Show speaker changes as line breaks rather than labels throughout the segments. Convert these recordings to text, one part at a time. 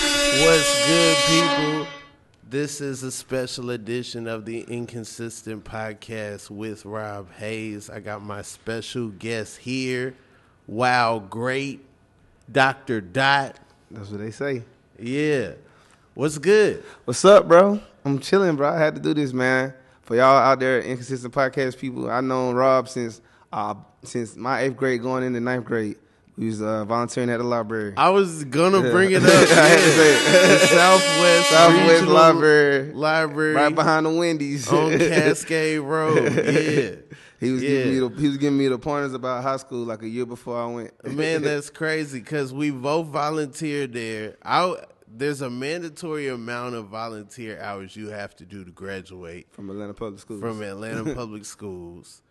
What's good, people? This is a special edition of the Inconsistent Podcast with Rob Hayes. I got my special guest here. Wow, great. Dr. Dot.
That's what they say.
Yeah. What's good?
What's up, bro? I'm chilling, bro. I had to do this, man. For y'all out there, inconsistent podcast people, I known Rob since uh since my eighth grade, going into ninth grade. We was uh, volunteering at the library.
I was gonna bring it up.
I had to
yeah.
say it.
The Southwest
Southwest
Regional
Library.
Library
right behind the Wendy's.
on Cascade Road. Yeah.
he was giving
Yeah.
me the he was giving me the pointers about high school like a year before I went.
Man, that's crazy because we both volunteered there. I there's a mandatory amount of volunteer hours you have to do to graduate
from Atlanta Public Schools.
from Atlanta Public Schools.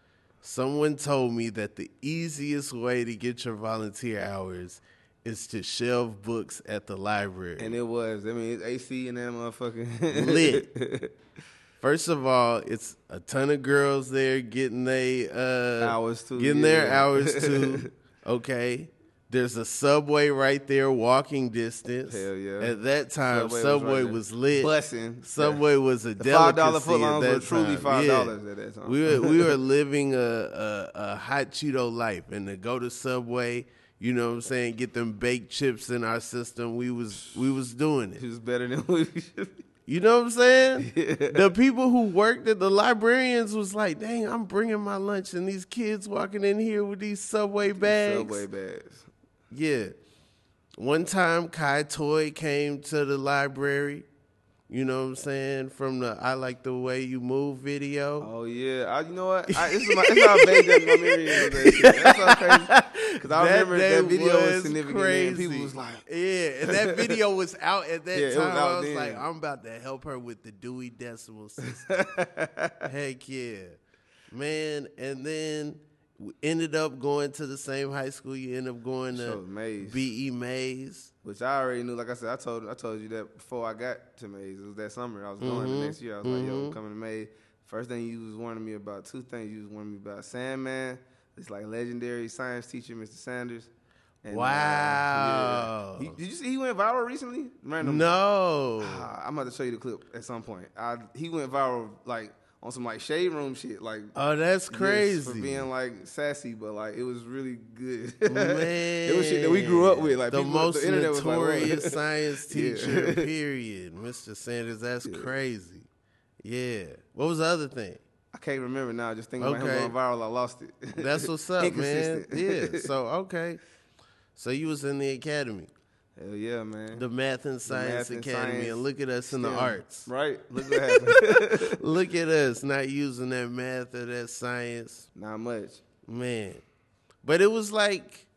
Someone told me that the easiest way to get your volunteer hours is to shelve books at the library.
and it was. I mean, it's AC and that motherfucking
Lit. First of all, it's a ton of girls there getting they uh,
Hours, too,
getting their
yeah.
hours too. Okay, there's a subway right there, walking distance.
Hell yeah.
At that time,
Subway
subway,
was right
was, lit.
there. Bussing.
Subway was a
The $5
delicacy
footlongs
at that
were truly
time. Yeah.
$5 at that time.
We were we were living a, a a hot Cheeto life, and to go to Subway. You know what I'm saying? Get them baked chips in our system. We was we was doing it.
It was better than what we should be.
You know what I'm saying? The people who worked at the librarians was like, dang, I'm bringing my lunch, and these kids walking in here with these Subway bags.
Subway bags.
Yeah. One time, Kai Toy came to the library, you know what I'm saying, from the I Like the Way You Move video.
Oh yeah, I, you know what? I, it's, my, it's how vague that my memory is. of That shit. That's so crazy. Because I remember
day
that video was, significant. And people
crazy.
was like,
"Yeah," and that video was out at that
Yeah, it was
time. I
out
was
then.
like, "I'm about to help her with the Dewey Decimal System." Heck yeah, man! And then we ended up going to the same high school. You end up going to
So, Mays.
BE Mays.
which I already knew. Like I said, I told I told you that before I got to Mays. It was that summer. I was going
Mm-hmm.
the next year. I was like, yo, I'm coming to Mays. First thing you was warning me about, two things you was warning me about: Sandman. It's like legendary science teacher, Mr. Sanders. And, uh,
Wow.
yeah. He- did you see he went viral recently? Random.
No,
Ah, I'm about to show you the clip at some point. I, he went viral like on some like shade room shit, like
oh that's
yes,
crazy.
for being like sassy, but like it was really good. it was shit that we grew up with, like
the
people-
most
internet was like, whoa.
notorious science
Yeah.
teacher. Period, Mr. Sanders. That's crazy. Yeah. What was the other thing?
I can't remember now. Just thinking about
Okay.
him going viral, I lost it.
That's what's up, man.
Inconsistent.
Yeah. So okay. So you was in the academy,
Hell yeah, man.
the Math and Science
Math and
Academy,
Science
and look at us in the
STEM.
arts.
Right? Look what happened.
Look at us not using that math or that science.
Not much.
Man. But it was like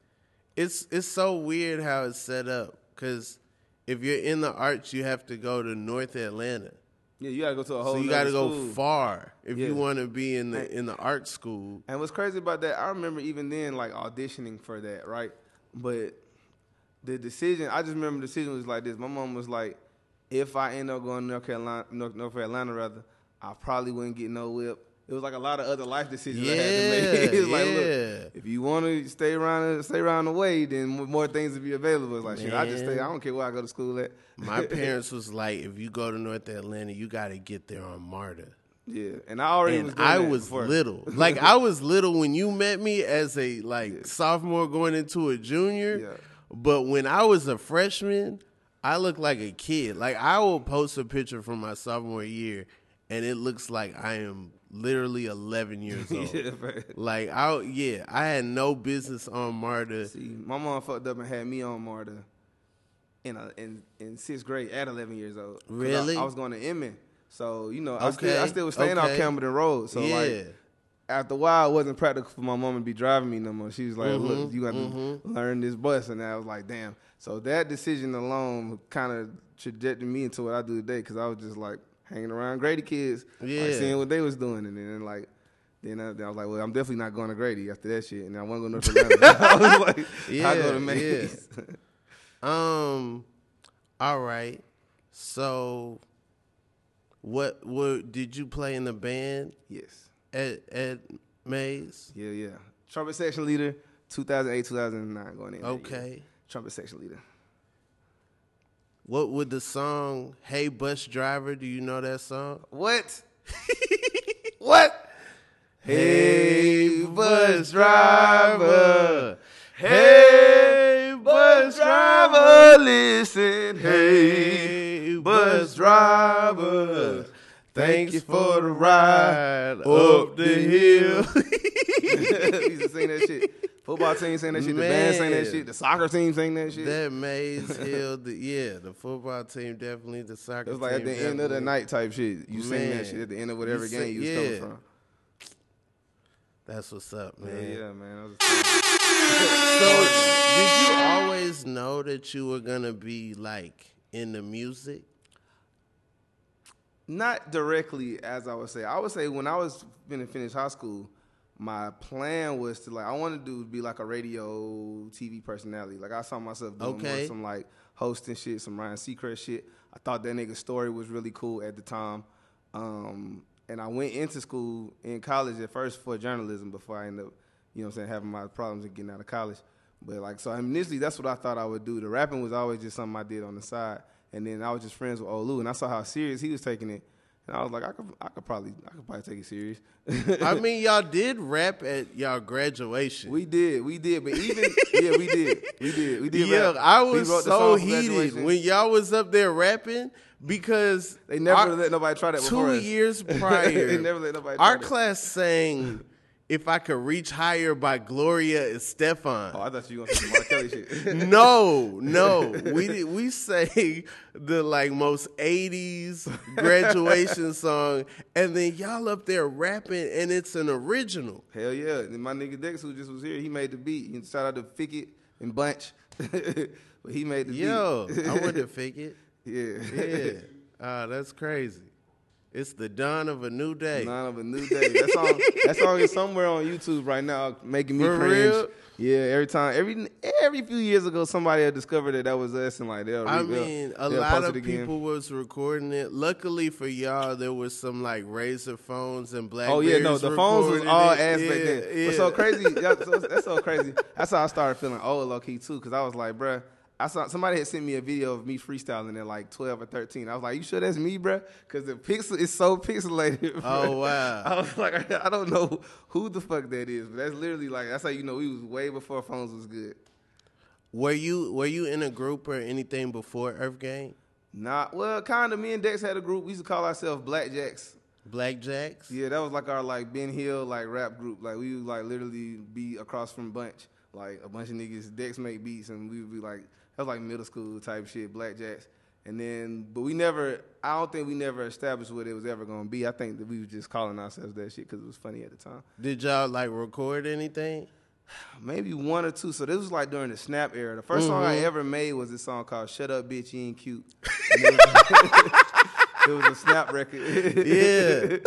it's it's so weird how it's set up cuz if you're in the arts you have to go to North Atlanta.
Yeah, you gotta go to a whole.
So you got
gotta
to go far if
Yeah.
you want to be in the in the art school.
And what's crazy about that, I remember even then like auditioning for that, right? But the decision, I just remember the decision was like this. My mom was like, if I end up going to North Carolina, North, North Carolina rather, I probably wouldn't get no whip. It was like a lot of other life decisions I had to make.
Yeah,
It was like, look,
yeah.
if you want to stay around, stay around the way, then more things will be available. It's like, shit, I just stay. I don't care where I go to school at.
My parents was like if you go to North Atlanta you got to get there on MARTA.
yeah, and I already
And
was. doing
I
that
was
before.
little. Like I was little when you met me as a like sophomore going into a junior.
Yeah.
But when I was a freshman, I looked like a kid. Like I will post a picture from my sophomore year and it looks like I am literally 11 years old.
Yeah, man.
Like I yeah, I had no business on Marta.
See, my mom fucked up and had me on Marta in a, in in sixth grade at eleven years old. 'Cause I-
Really?
I, was going to Emmon, so you know, I still I
Okay,
still was staying
okay.
off Camden Road. So
yeah.
like, after a while, it wasn't practical for my mom to be driving me no more. She was like,
Mm-hmm,
"Look, you got to learn this bus," and I was like, "Damn." So that decision alone kind of trajected me into what I do today because I was just like hanging around Grady kids,
Yeah.
like seeing what they was doing, and then like. Then I, then I was like, well, I'm definitely not going to Grady after that shit, and I want to go North Carolina. I was like, I
Yeah,
go to Mays.
Um all right. So what what did you play in the band?
yes,
at at Mays.
yeah, yeah. Trumpet section leader, 2008, 2009, going in. that year.
Okay.
Trumpet section leader.
What would the song "Hey Bus Driver"? Do you know that song?
What? what? Hey, bus driver. Hey, bus driver, listen. Hey, bus driver. Thank you for the ride up the hill. he used to sing that shit. Football team sang that shit. The band sang that
Man.
shit. The soccer team sang that shit.
That Maze Hill, the, yeah, the football team definitely, the soccer.
it was like at
team
the end of the
definitely.
night type shit. You sing
Man.
that shit at the end of whatever
sing-
game you was
yeah.
coming from.
That's what's up,
Yeah,
man.
yeah, man. That was-
So, did you always know that you were gonna be like in the music?
not directly as I would say. I would say when I was gonna finish high school, my plan was to like I wanted to do be like a radio TV personality. Like I saw myself doing
Okay.
more some like hosting shit, some Ryan Seacrest shit. I thought that nigga's story was really cool at the time. Um, and I went into school in college at first for journalism before I ended up, you know what I'm saying, having my problems and getting out of college. But like so initially that's what I thought I would do. The rapping was always just something I did on the side. And then I was just friends with Olu and I saw how serious he was taking it. And I was like, I could I could probably I could probably take it serious.
I mean, y'all did rap at y'all graduation.
We did, we did, but even yeah, we did, we did, we did.
yeah,
rap.
I
We
was
wrote the
so
song for
heated
Graduation.
when y'all was up there rapping because
they never
our-
let nobody try that. before
two
us.
years prior.
They never let nobody
Our
try that.
class sang "If I Could Reach Higher" by Gloria and Stefan.
Oh, I thought you were gonna say some R. Kelly shit.
no, no, we did, we sang the like most '80s graduation song, and then y'all up there rapping, and it's an original.
Hell yeah! And my nigga Dex, who just was here, he made the beat. And shout out to Fickett and Bunch, but he made the
Yo,
beat.
I wouldn't think it.
yeah,
Yeah, Ah, that's crazy. It's the dawn of a new day.
Nine of a new day. That song, that song is somewhere on YouTube right now, making me
For
cringe.
real?
Yeah, every time, every every few years ago, somebody had discovered that that was us, and like they'll.
I
re- they'll-
mean, a
they'll
lot
post
of
it again.
people was recording it. Luckily for y'all, there was some like razor phones and black.
Oh yeah, no, the phones was all ass back then. But so crazy, yeah, so, that's so crazy. That's how I started feeling old, low key too, because I was like, bruh, I saw somebody had sent me a video of me freestyling at like twelve or thirteen. I was like, you sure that's me, bruh? Because the pixel is so pixelated.
Oh,
bruh.
wow.
I was like, I don't know who the fuck that is, but that's literally like that's how you know we was way before phones was good.
Were you were you in a group or anything before Earth Gang?
Nah, well, kind of. Me and Dex had a group. We used to call ourselves Blackjacks.
Blackjacks?
Yeah, that was like our like Ben Hill like rap group. Like we would like literally be across from bunch, like a bunch of niggas. Dex make beats, and we would be like that was like middle school type shit, blackjacks. And then, but we never. I don't think we never established what it was ever gonna be. I think that we was just calling ourselves that shit because it was funny at the time.
Did y'all like record anything?
Maybe one or two. So this was like during the Snap era. The 1st song I ever made was this song called "Shut Up, Bitch, You Ain't Cute." And it, was, it was a Snap record.
Yeah.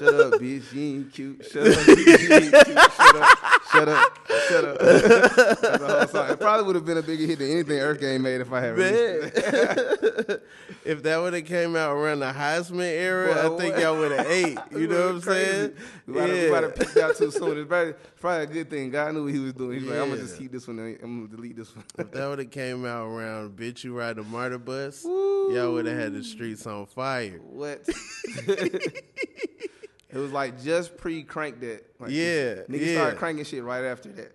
Shut up, bitch. You ain't cute. Shut up, bitch. You ain't cute. Shut up. Shut up. Shut up. That's the whole song. It probably would have been a bigger hit than anything Earth Game made if I had released it.
if that would have came out around the Heisman era,
Boy,
I think
what?
y'all would have ate. You know what I'm
Crazy.
saying?
We might have- we might have picked out too soon. It's probably, probably a good thing. God knew what he was doing. He's like, I'm gonna just
Yeah.
keep this one. and I'm gonna delete this one.
If that would have came out around Bitch You Ride the Martyr Bus, y'all would have had the streets on fire.
what? it was like just pre crank that. Like,
Yeah,
Niggas
yeah.
started cranking shit right after that.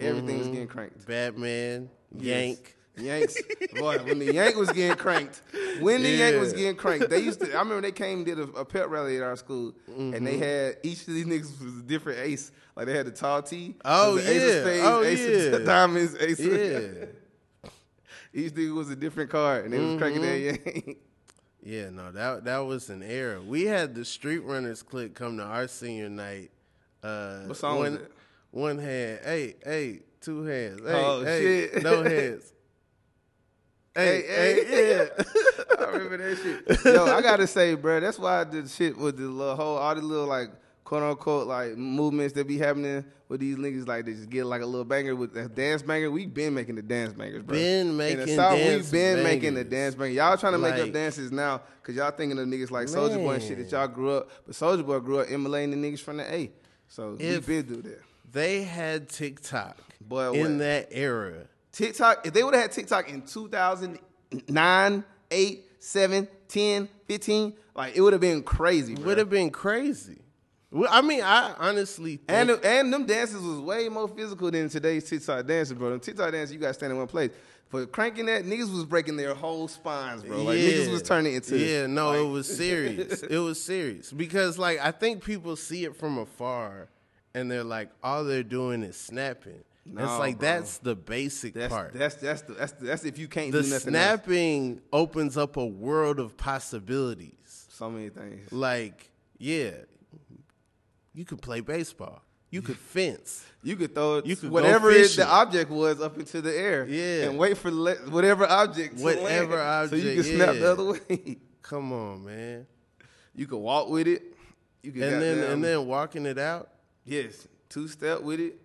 Everything was getting cranked.
Mm-hmm, Batman, Yank.
Yanks. Boy, when the Yank was getting cranked, when the Yank was
Yeah.
getting cranked, they used to. I remember they came and did a, a pep rally at our school, and
Mm-hmm.
they had each of these niggas was a different ace. Like they had the tall T,
Oh,
was the ace
yeah.
of spades,
Oh,
ace
yeah.
of diamonds, ace. Of,
Yeah.
each nigga was a different card, and they was cranking that
Mm-hmm.
Yank.
Yeah, no, that that was an era. We had the Street Runners clique come to our senior night. Uh,
What song was
one,
it?
One hand, hey, hey, two hands, hey,
Oh,
hey,
shit.
no hands. hey, hey,
Hey,
yeah.
hey, I remember that shit. Yo, I gotta say, bro, that's why the shit with the little whole, all the little like quote unquote like movements that be happening with these niggas, like they just get like a little banger with a dance banger. We been making the dance bangers, bro.
Been
In
making
the South,
dance
we been making the
bangers.
dance banger. Y'all trying to make
Like-
up dances now because y'all thinking of niggas like Soldier Boy and shit that y'all grew up. But Soldier Boy grew up emulating the niggas from the A. So
If-
we been do that.
They had TikTok
Boy,
in
what?
that era.
TikTok, if they would have had TikTok in 2008, nine, eight, seven, ten, fifteen. Like it would have been crazy. bruh.
Would have been crazy. Well, I mean, I honestly think,
And them, and them dances was way more physical than today's TikTok dances, bro. Them TikTok dances, you got to stand in one place. For cranking that, niggas was breaking their whole spines, bro. Like niggas was turning into.
Yeah, no, it was serious. it was serious because like I think people see it from afar and they're like, all they're doing is snapping. And it's
No,
like
bro.
that's the basic
That's,
part.
that's that's the, that's the, that's if you can't
the
do nothing. else.
snapping opens up a world of possibilities.
So many things.
Like, yeah, you could play baseball. You could fence.
You could throw
You could go
whatever it,
fishing.
the object was up into the air,
Yeah.
and wait for le- whatever object, to land,
Whatever
so you
object,
could snap
yeah.
the other way.
Come on, man.
you could walk with it. You could
And then
goddamn-
and then walking it out.
yes, two step with it.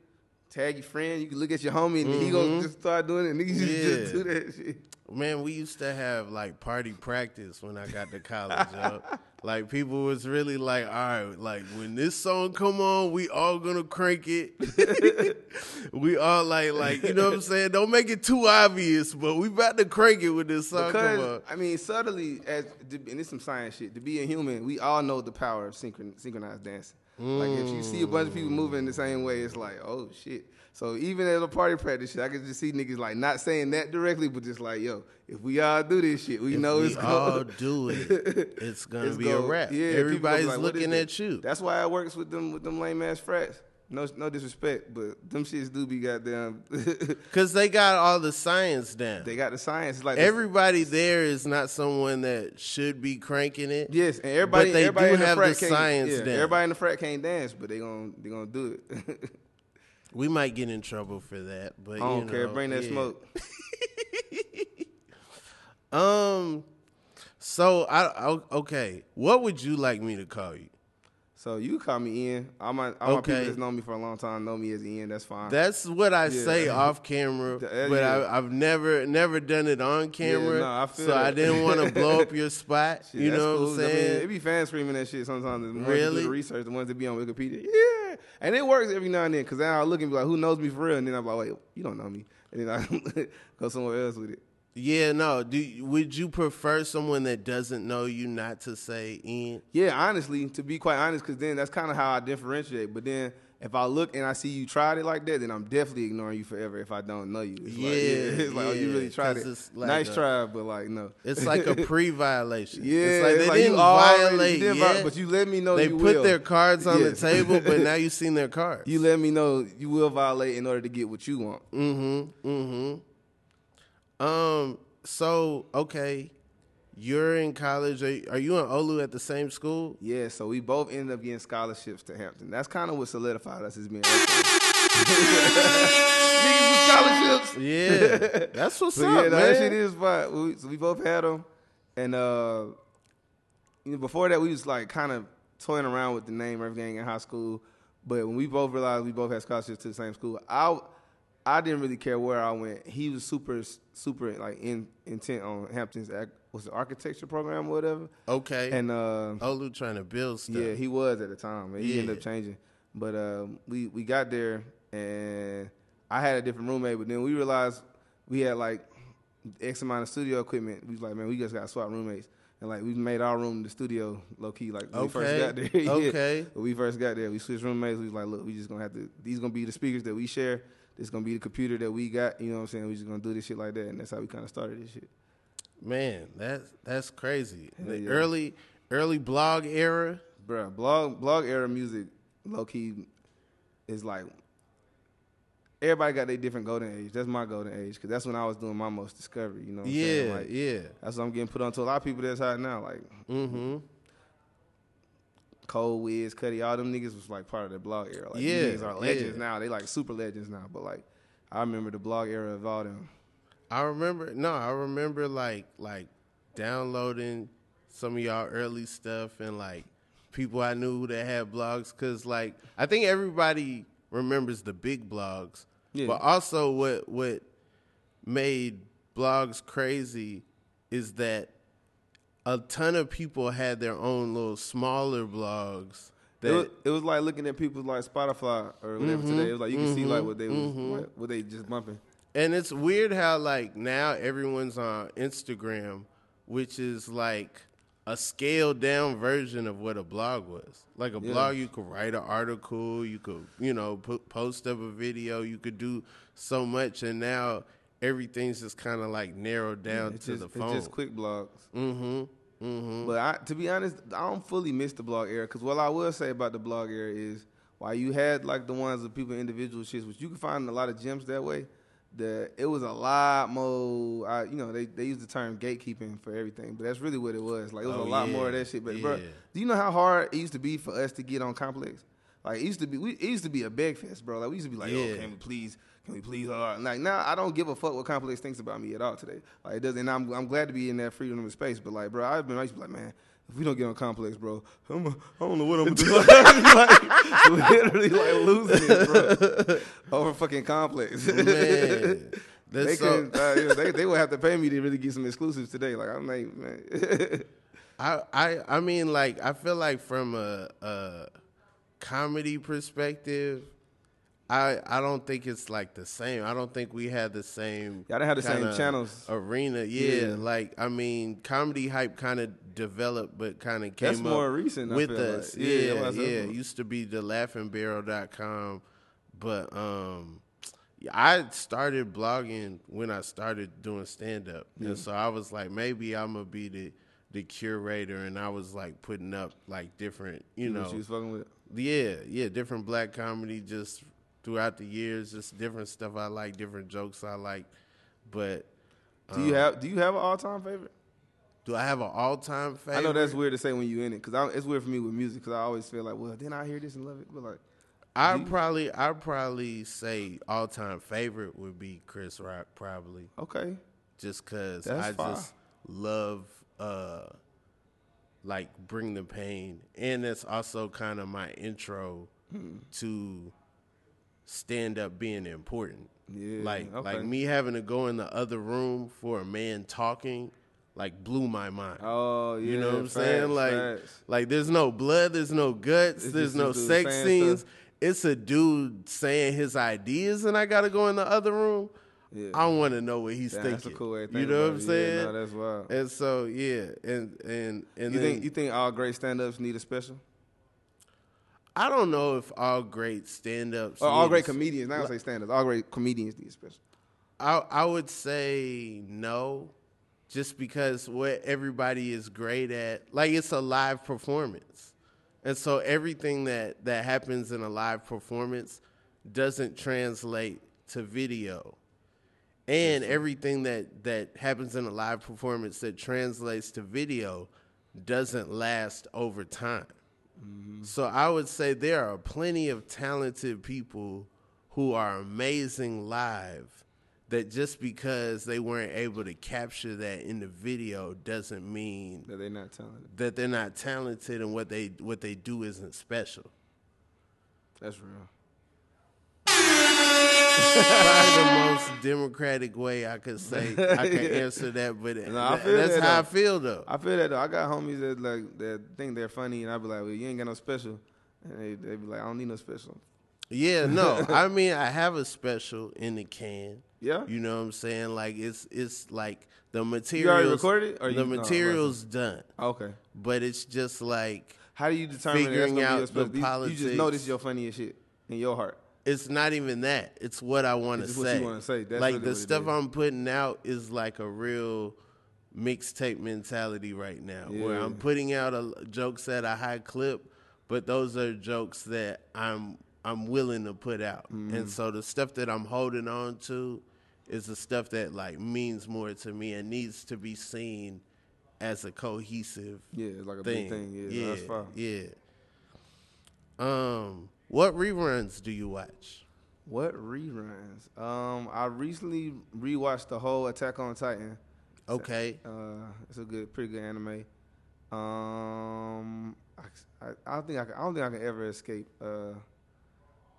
Tag your friend. You can look at your homie, and he gonna just start doing it. And niggas
Mm-hmm. Yeah.
just do that shit.
Man, we used to have like party practice when I got to college. yo. Like people was really like, all right, like when this song come on, we all gonna crank it. we all like, like you know what I'm saying. Don't make it too obvious, but we about to crank it with this song come on.
Because I mean, subtly, as to- and it's some science shit. To be a human, we all know the power of synchron, synchronized dancing. Like if you see a bunch of people moving the same way, it's like, oh shit. So even at a party practice, shit, I could just see niggas like not saying that directly, but just like, yo, if we all do this shit, we know
we
it's
all
going
do it. It's gonna
it's
be a
gonna-
wrap.
Yeah, people gonna be
Everybody's
like, what is
looking
this?
at you.
That's why it works with them with them lame ass frats. No, no disrespect, but them shits do be goddamn.
Cause they got all the science down.
they got the science. It's like the-
Everybody there is not someone that should be cranking it.
Yes, and everybody,
they
everybody
do
in the
have the
frat can't,
science
yeah,
down.
Everybody in the frat can't dance, but they gon' they gonna do it.
We might get in trouble for that, but
I don't
you
care.
know,
Bring that
yeah.
smoke.
Um, so I, I okay. What would you like me to call you?
So you call me Ian. All my all my
Okay.
people that's known me for a long time know me as Ian. That's fine.
That's what I say off camera, but
Th- yeah.
I, I've never never done it on camera.
no, I feel
so I
that.
didn't want to blow up your spot.
Shit,
you
that's
know
cool.
what I'm
I mean, it
saying?
be fan screaming that shit sometimes. The ones that do
Really?
The research, the ones that be on Wikipedia. Yeah, and it works every now and then. Cause then I look and be like, "Who knows me for real?" And then I'm like, "Wait, you don't know me." And then I go somewhere else with it.
yeah, no. Do you- would you prefer someone that doesn't know you not to say in?
Yeah, honestly, to be quite honest, because then that's kind of how I differentiate. But then if I look and I see you tried it like that, then I'm definitely ignoring you forever if I don't know you. It's
Yeah,
like, it's like oh, you
yeah,
really tried
'cause
it.
it's like
nice
a-
try, but like no,
It's like a pre-violation.
yeah,
it's like they
it's you
didn't
already
violate
did vi-
yet.
but you let me know
they
you
put
will.
their cards on
Yes.
the table, but now you've seen their cards.
you let me know you will violate in order to get what you want. Mm.
Mm-hmm. Mm-hmm. Um. So okay, you're in college. Are, are you in Olu at the same school?
Yeah, so we both ended up getting scholarships to Hampton. That's kind of what solidified us as being niggas with scholarships.
Yeah, that's what's
So
up,
yeah, no,
man.
that shit is fine. We, so we both had them, and uh, you know, before that, we was like kind of toying around with the name Earth Gang in high school. But when we both realized we both had scholarships to the same school, I I didn't really care where I went. He was super super like in, intent on Hampton's ac- was the architecture program or whatever,
okay. And
and uh,
Olu trying to build stuff.
yeah, he was at the time. and He ended
Yeah.
up changing. But uh, we we got there, and I had a different roommate. But then we realized we had like X amount of studio equipment. We was like, man, we just got to swap roommates, and like we made our room the studio low key. Like when we
Okay.
first got there, Yeah.
Okay.
When we first got there, we switched roommates. We was like, look, we just gonna have to. These gonna be the speakers that we share. This gonna be the computer that we got. You know what I'm saying? We just gonna do this shit like that, and that's how we kind of started this shit.
man, that's that's crazy. The
yeah.
early early blog era.
Bruh, blog blog era music, low key, is like everybody got their different golden age. That's my golden age because that's when I was doing my most discovery. You know, what I'm saying?
Yeah,
Like,
yeah.
that's what I'm getting put onto a lot of people that's hot now. Like
Mm-hmm.
Cold Wiz, Cuddy, all them niggas was like part of the blog era. Like,
Yeah,
these niggas are legends
yeah.
now. They like super legends now. But like, I remember the blog era of all them.
I remember no, I remember like like downloading some of y'all early stuff and like people I knew that had blogs cuz like I think everybody remembers the big blogs.
Yeah.
But also what what made blogs crazy is that a ton of people had their own little smaller blogs
It was,
that Mm-hmm,
it was like looking at people like Spotify or whatever today. It was like you can see like what they was, what, what they just bumping.
And it's weird how like now everyone's on Instagram, which is like a scaled down version of what a blog was. Like a blog, you could write an article, you could you know put, post up a video, you could do so much, and now everything's just kind of like narrowed down
It's
to
just,
the
it's
phone.
just quick blogs.
mm-hmm. Mm-hmm.
But I, to be honest, I don't fully miss the blog era because what I will say about the blog era is while you had like the ones of people individual shits, which you can find a lot of gems that way. The it was a lot more. I, you know, they they use the term gatekeeping for everything, but that's really what it was. Like it was
Oh,
a lot
yeah.
more of that shit. But bro,
Yeah.
do you know how hard it used to be for us to get on complex? Like it used to be, we, it used to be a beg fest, bro. Like we used to be like,
Yeah.
oh, can we please, can we please? Uh, like now, I don't give a fuck what complex thinks about me at all today. Like it doesn't. And I'm, I'm glad to be in that freedom of space. But like, bro, I've been, I used to be like, man, if we don't get on complex, bro, I'm, a, I don't know what I'm gonna do. like, literally, like losing it, bro, over fucking complex.
Man, that's
they,
so-
couldn't- uh, yeah, they they would have to pay me to really get some exclusives today. Like I'm like, man.
I, I I mean like I feel like from a, a comedy perspective, I I don't think it's like the same. I don't think we had the same.
Y'all done had the same
kinda
channels.
Arena, yeah.
Yeah.
Like I mean, comedy hype kind of developed, but kind of came
That's
up
more recent, I
with
feel like.
us.
Yeah,
Yeah, yeah.
that's what I said.
Used to be the laughingbarrel.com, but um. yeah, I started blogging when I started doing stand up.
Mm-hmm.
And so I was like, maybe I'm gonna be the the curator and I was like putting up like different, you
What
know,
you was fucking with.
yeah, yeah, different black comedy just throughout the years, just different stuff I like, different jokes I like. But
Do
Um,
you have Do you have an all time favorite?
do I have an all time favorite?
I know that's weird to say when you in it, because it's weird for me with music, because I always feel like, well, then I hear this and love it, but like,
I probably I probably say all time favorite would be Chris Rock probably.
okay,
just because
That's
I
fire.
just love uh like bring the pain, and that's also kind of my intro
Hmm.
to stand up being important.
Yeah,
like
okay.
like me having to go in the other room for a man talking, like blew my mind.
oh yeah,
You know what I'm
facts,
saying? Like,
facts.
like there's no blood, there's no guts,
It's
there's
just
no
this dude
sex
saying
scenes.
stuff.
It's a dude saying his ideas, and I gotta go in the other room.
Yeah.
I want to know what he's
Damn,
thinking.
that's a cool way. To think
you know what
about
I'm
it.
saying?
Yeah, no, that's wild.
and so yeah, and and and
you
then,
think you think all great stand ups need a special?
I don't know if all great stand ups
Or all great comedians? Not gonna say stand ups. All great comedians need a special.
I I would say no, just because what everybody is great at, like it's a live performance, and so everything that that happens in a live performance doesn't translate to video, and everything that that happens in a live performance that translates to video doesn't last over time.
Mm-hmm.
So I would say there are plenty of talented people who are amazing live that just because they weren't able to capture that in the video doesn't mean
That they not talented.
that they're not talented and what they what they do isn't special.
That's real.
Probably the most democratic way I could say I could answer that, but
Nah, I
th-
feel
that's
that
how I
though.
feel though.
I feel that though. I got homies that like that think they're funny, and I be like, well, you ain't got no special, and they they be like, I don't need no special.
Yeah, no. I mean, I have a special in the can.
Yeah?
You know what I'm saying? Like it's it's like the
You already
materials
recorded it? Or you,
the
no, it wasn't.
materials done,
Okay.
but it's just like
How do you determine that that's
Figuring
gonna be
out
your special?
the
You- You just know
politics.
this is your funniest shit in your heart.
it's not even that. It's what I want to
It's just what
say.
you wanna say. That's
like
really
the
what it
stuff
is.
I'm putting out is like a real mixtape mentality right now, where
Yeah.
I'm putting out a, jokes at a high clip, but those are jokes that I'm I'm willing to put out,
Mm.
and so the stuff that I'm holding on to is the stuff that like means more to me and needs to be seen as a cohesive
Yeah, it's like a
thing.
big thing. Yeah, no, that's fine.
yeah. Um, what reruns do you watch?
What reruns? Um, I recently rewatched the whole Attack on Titan.
Okay.
Uh, it's a good, pretty good anime. Um, I, I, I don't think I, can, I don't think I can ever escape uh,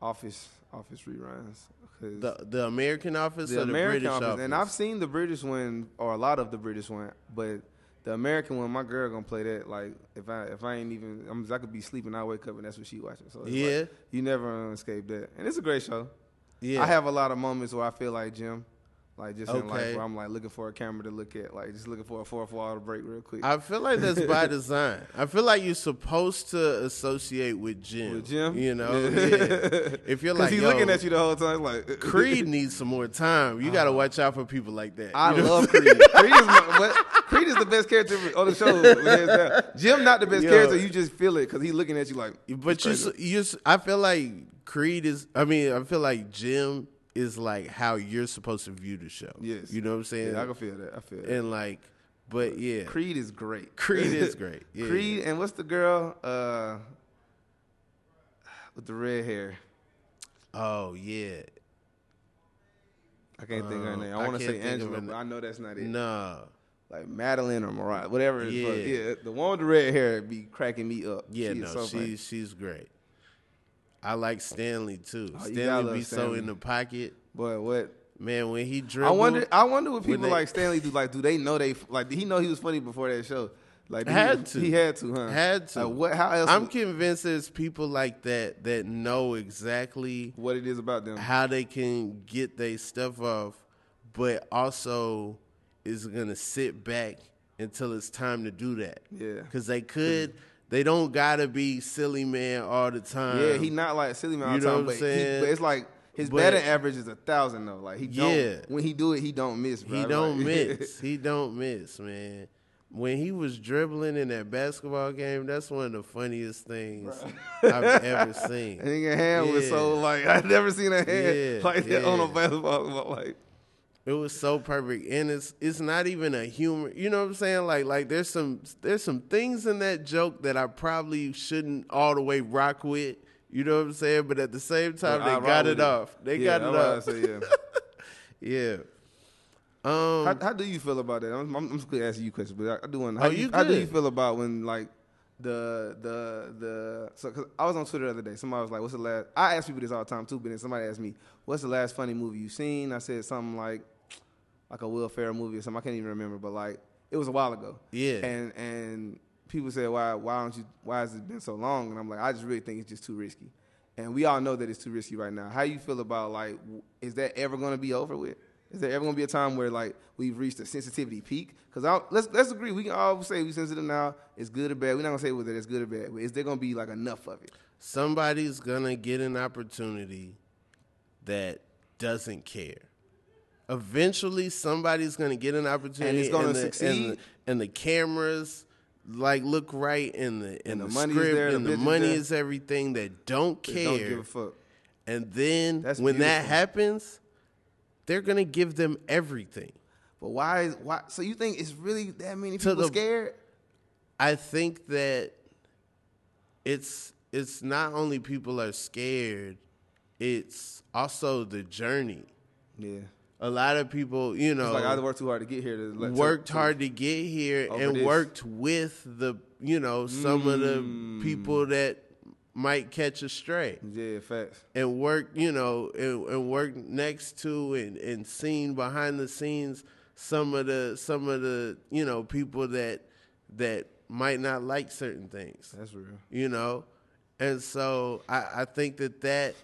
Office Office reruns. 'cause-
The the American Office or the British Office?
And I've seen the British one or a lot of the British one, but the American one, my girl gonna play that. Like if I if I ain't even, I'm, I could be sleeping, I wake up and that's what she watching. So it's like,
Yeah.
you never uh, escape that. And it's a great show.
yeah.
I have a lot of moments where I feel like Jim, Like just in life
Okay.
where I'm like looking for a camera to look at, like just looking for a fourth wall to break real quick.
I feel like that's by design. I feel like you're supposed to associate with Jim.
With Jim,
you know. yeah. If you're
'Cause
like,
he's
Yo,
looking at you the whole time, like
Creed needs some more time. You got to watch out for people like that.
I
You know?
love Creed. Creed is, my, what, Creed is the best character on the show. hands down. Jim not the best
Yo.
character. You just feel it because he's looking at you like.
But you, s- you, s- I feel like Creed is. I mean, I feel like Jim is like how you're supposed to view the show.
Yes.
you know what I'm saying.
Yeah, I can feel that. I feel that.
and like, but yeah,
Creed is great.
Creed is great. Yeah,
Creed and what's the girl uh, with the red hair?
Oh yeah,
I can't think of her
Um, I
name. I want to
can't
say
think of
Angela,
her
but
na-
I know that's not it.
no,
Like Madeline or Mariah, whatever. It is.
Yeah.
yeah. The one with the red hair be cracking me up.
yeah,
She is
no,
so funny.
she's she's great. I like Stanley too.
Oh, you gotta
Stanley
love
be so
Stanley.
in the pocket,
Boy, what?
man. When he
I
dribble,
wonder. I wonder what people
they-
like Stanley do. Like, do they know they like? Did he know he was funny before that show? Like, did
Had
he,
to.
He had to, huh?
had to.
Like, what? How else?
I'm convinced there's people like that that know exactly
what it is about them?
how they can get their stuff off, but also is gonna sit back until it's time to do that.
Yeah.
because they could. They don't gotta be silly man all the time.
Yeah, he not like silly man all
you
the
know
time,
what
but,
I'm
he,
saying?
but it's like his
But-
batting average is a thousand though. Like he don't
Yeah.
when he do it, he don't miss. Bro.
He
Like-
don't miss. He don't miss, man. When he was dribbling in that basketball game, that's one of the funniest things I've ever seen.
And nigga hand was so
Yeah.
like I never seen a hand
Yeah,
like that on a
yeah.
basketball. court, Like
It was so perfect, and it's it's not even a humor. You know what I'm saying? Like like there's some there's some things in that joke that I probably shouldn't all the way rock with. You know what I'm saying? But at the same time,
I rock
they got
with
it off. They
Yeah,
got it
that's
off.
what I say, yeah.
Yeah. Um.
how, how do you feel about that? I'm, I'm, I'm just gonna ask you questions, but I, I do want. How,
Oh,
do
you
how do you
good.
feel about when like the the the? So cause I was on Twitter the other day. Somebody was like, "What's the last?" I ask people this all the time too, but then somebody asked me, "What's the last funny movie you seen?" I said something like, like a Will Ferrell movie or something. I can't even remember, but like it was a while ago.
Yeah.
And and people said, "Why why don't you? Why has it been so long?" And I'm like, I just really think it's just too risky. And we all know that it's too risky right now. How you feel about like, w- is that ever going to be over with? Is there ever going to be a time where like we've reached a sensitivity peak? Because let's let's agree, we can all say we sensitive now. It's good or bad. We're not gonna say whether it's good or bad, but is there gonna be like enough of it?
somebody's gonna get an opportunity that doesn't care. Eventually, somebody's gonna get an opportunity,
And it's gonna
the, And
succeed.
the, and the cameras like look right, and the and,
the
the,
money's
script
there, the
and the
vision's
money
there.
is everything that don't
They
care.
Don't give a fuck.
and then
That's
when that
beautiful.
happens, they're gonna give them everything.
But why is why? So you think it's really that many
To
people
the-
scared?
I think that it's it's not only people are scared, it's also the journey.
Yeah.
a lot of people, you know,
It's like I worked too hard to get here. To let, to-
worked
to-
hard to get here
Over
and
this.
worked with the, you know, some of the
Mm.
people that might catch a stray
Yeah, facts.
and work, you know, and, and work next to and, and seen behind the scenes some of the some of the you know people that that might not like certain things,
That's real.
you know, and so I, I think that that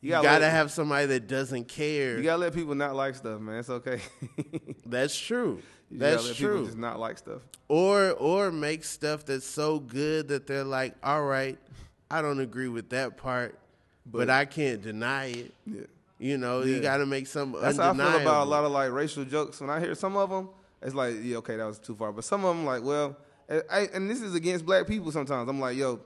you,
gotta
gotta
let-
have somebody that doesn't care.
You gotta let people not like stuff, man. It's okay.
That's true.
You gotta
That's
let People
true.
just not like stuff.
or or make stuff that's so good that they're like, all right, I don't agree with that part, but, I can't deny it.
Yeah.
You know,
Yeah.
you got to make something
That's how I
undeniable.
feel about a lot of like racial jokes. When I hear some of them, it's like, yeah, okay, that was too far. But some of them, like, well, I, I- and this is against black people sometimes. I'm like, yo,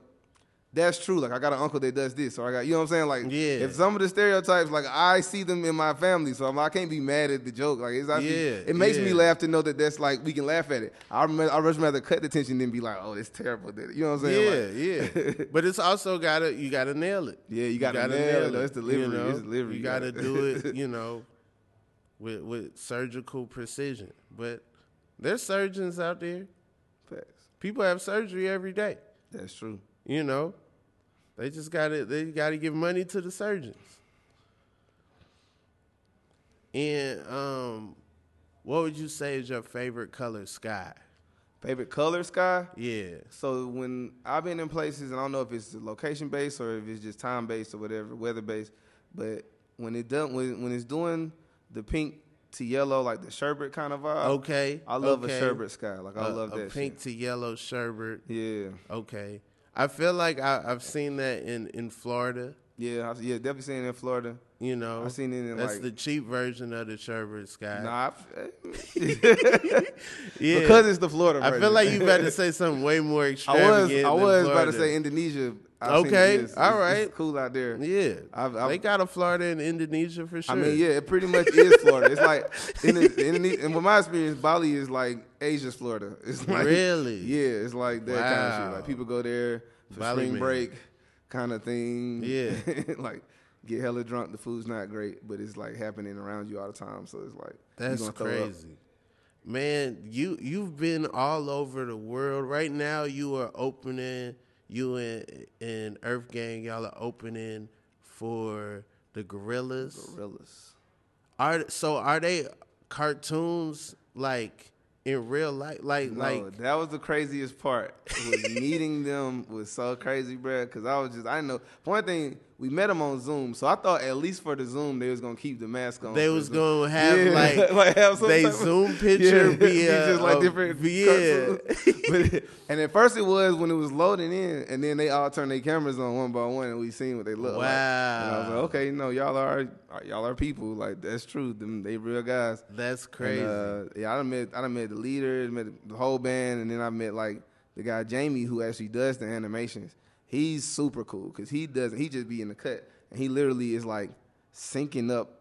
that's true. Like, I got an uncle that does this, or I got, you know what I'm saying? Like,
Yeah.
if some of the stereotypes, like, I see them in my family, so I'm, I can't be mad at the joke. Like, it's, I feel-
Yeah,
it makes me
yeah.
laugh to know that that's like, we can laugh at it. I remember, I much rather cut the tension than be like, oh, it's terrible. That You know what I'm saying? Like,
yeah, yeah. but it's also gotta you gotta nail it.
Yeah, you gotta nail it, though. It's delivery,
You
it's delivery,
You
you
gotta
gotta-
do it. You know, with with surgical precision. But there's surgeons out there.
Facts.
People have surgery every day.
That's true.
You know, they just got to they got to give money to the surgeons. And um, what would you say is your favorite color sky?
Favorite color, Sky?
Yeah,
So when I've been in places, and I don't know if it's location based or if it's just time based or whatever, weather based, but when it done when when it's doing the pink to yellow, like the sherbet kind of vibe.
Okay.
I love
okay.
a sherbet sky. Like I
A-
love
a
that.
pink to yellow sherbet.
shit.
Okay. I feel like I, I've seen that in, in Florida.
Yeah, yeah, I, yeah. Definitely seen it in Florida.
You know,
I seen it in
that's
like
the cheap version of the sherbet sky.
nah, I- eh.
yeah.
because it's the Florida.
I feel
version.
like you about to say something way more
I was
extravagant.
I
than
was about to
Florida.
say Indonesia. I've seen it.
Okay,
It's- it's-
all
it's
right.
cool out there.
Yeah,
I've- I've-
they got a Florida and Indonesia for sure.
I mean, yeah, it pretty much is Florida. It's like, in, in, in, with my experience, Bali is like Asia's Florida. It's like
Really?
yeah, it's like that kind of
Wow.
shit. Like people go there for
Bali
spring
man.
break, kind of thing.
Yeah.
like get hella drunk. The food's not great, but it's like happening around you all the time. So it's like you
That's
gonna throw up.
crazy. Man, you you've been all over the world. Right now you are opening you and and Earth Gang, y'all are opening for the gorillas.
Gorillas.
Are so are they cartoons like in real life? Like
No,
like
that was the craziest part. Was meeting them was so crazy, bruh, Because I was just, I didn't know. For one thing, we met them on Zoom, so I thought at least for the Zoom they was gonna keep the mask on.
They
for
was
Zoom.
gonna have, like,
have some
they
type of-
Zoom picture be a-
just like
a-
different
yeah.
cartoons. But- and at first it was when it was loading in, and then they all turned their cameras on one by one, and we seen what they look like. And I was
Wow.
like, okay, no, y'all are y'all are people. Like that's true. Them they real guys.
that's crazy.
And, uh, yeah, I done met I done met the leader, met the whole band, and then I met like the guy Jamie who actually does the animations. He's super cool because he doesn't he just be in the cut and he literally is like syncing up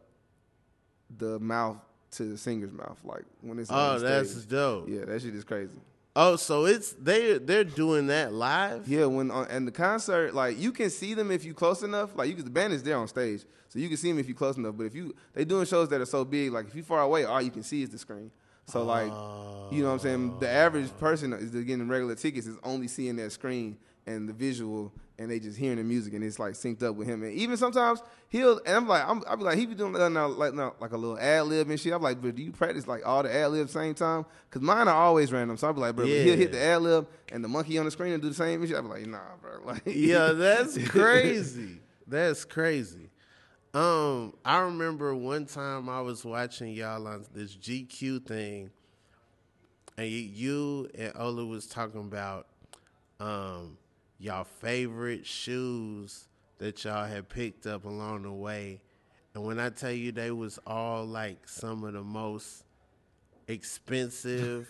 the mouth to the singer's mouth like when it's on
oh,
the
that's
stage.
dope.
yeah that shit is crazy
Oh, so it's they they're doing that live?
yeah when on and the concert like you can see them if you close enough like you can the band is there on stage so you can see them if you close enough but if you they doing shows that are so big like if you far away all you can see is the screen so like
Oh,
You know what I'm saying? The average person is just getting regular tickets is only seeing that screen and the visual, and they just hearing the music, and it's like synced up with him. And even sometimes he'll and I'm like, I'm, I'll be like, he be doing like, now, like, now, like a little ad lib and shit. I'm like, but do you practice like all the ad lib same time? Cause mine are always random. So I'll be like, bro, but he'll hit the
Yeah.
ad lib and the monkey on the screen and do the same shit. I'll be like, nah, bro. Like,
yeah, that's crazy. That's crazy. Um, I remember one time I was watching y'all on this GQ thing, and y- you and Ola was talking about um y'all favorite shoes that y'all had picked up along the way, and when I tell you they was all like some of the most expensive,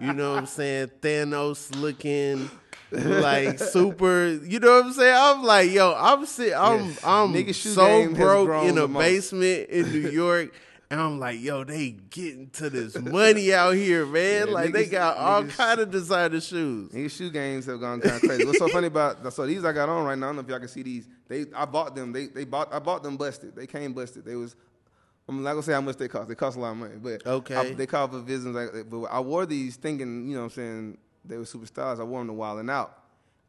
you know what I'm saying, Thanos looking. like super, you know what I'm saying? I'm like, yo, I'm sit, I'm,
Yes.
I'm
Nigga shoe game
so
has
broke
grown
in
the
a
most.
basement in New York. And I'm like, yo, they getting to this money out here, man.
Yeah,
like they
niggas-
got all
niggas-
kind of designer shoes.
These shoe games have gone kind of crazy. What's so funny about so these I got on right now? I don't know if y'all can see these. They I bought them. They they bought I bought them busted. They came busted. They was I'm not gonna say how much they cost. They cost a lot of money, but
Okay.
I- they call for visions. Like, but I wore these thinking, you know, what I'm saying they were superstars. I wore them to Wild 'N Out,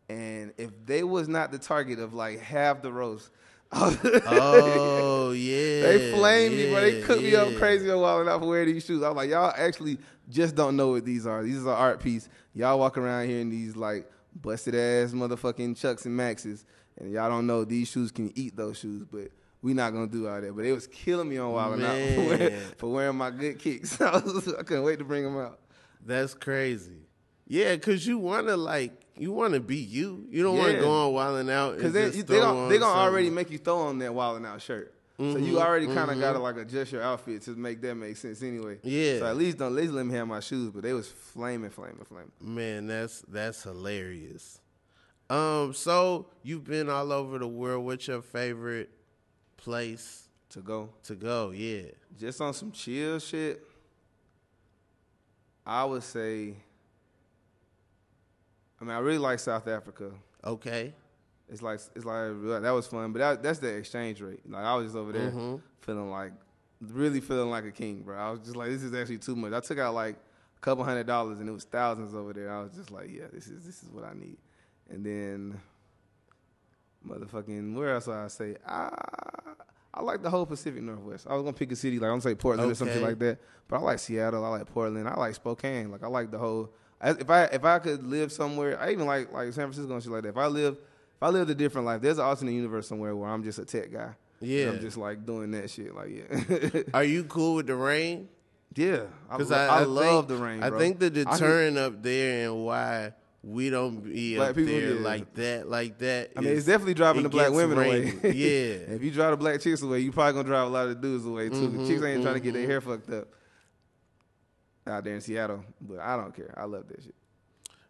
and if they was not the target of like half the roast,
Oh yeah,
they flamed me, but they
yeah,
cooked me up
yeah.
crazy on Wild 'N Out for wearing these shoes. I was like, y'all actually just don't know what these are. These is an art piece. Y'all walk around here in these like busted ass motherfucking Chucks and Maxes, and y'all don't know these shoes can eat those shoes, but. We not gonna do all that, but it was killing me on Wild 'N Out for wearing,
Man.
for wearing my good kicks. I, was, I couldn't wait to bring them out.
That's crazy. Yeah, cause you wanna like you wanna be you. You don't wanna
Yeah.
go on wilding out because
Cause they you- they gonna, they gonna already make you throw on that wildin' out shirt. So you already kind of gotta like adjust your outfit to make that make sense anyway.
Yeah.
So at least don't at least let me have my shoes, but they was flaming, flaming, flaming.
Man, that's that's hilarious. Um, so you've been all over the world. What's your favorite place
To go
to go? Yeah.
just on some chill shit. I would say. I mean, I really like South Africa.
Okay.
It's like it's like that was fun, but that, that's the exchange rate. Like I was just over there
Mhm.
feeling like really feeling like a king, bro. I was just like, this is actually too much. I took out like a couple hundred dollars, and it was thousands over there. I was just like, yeah, this is this is what I need. And then, motherfucking, where else would I say? I I like the whole Pacific Northwest. I was gonna pick a city like I'm gonna say Portland or something
Okay.
like that, but I like Seattle. I like Portland. I like Spokane. Like I like the whole. I- If I if I could live somewhere, I even like like San Francisco and shit like that. If I live if I lived a different life, there's an alternate universe somewhere where I'm just a tech guy. And
Yeah.
I'm just like doing that shit. Like yeah,
Are you cool with the rain?
yeah.
Because
lo-
I, I
love
think-
the rain.
I
bro.
think the
I can-
deterrent up there and why we don't be
Black
up
people,
there
yeah.
like that, like that.
I mean,
is-
it's definitely driving
it
the black
gets
women
rainy.
away.
Yeah.
if you drive the black chicks away, you probably gonna drive a lot of dudes away too. 'cause
Mm-hmm,
chicks ain't trying to get their hair fucked up out there in Seattle, but I don't care. I love that shit.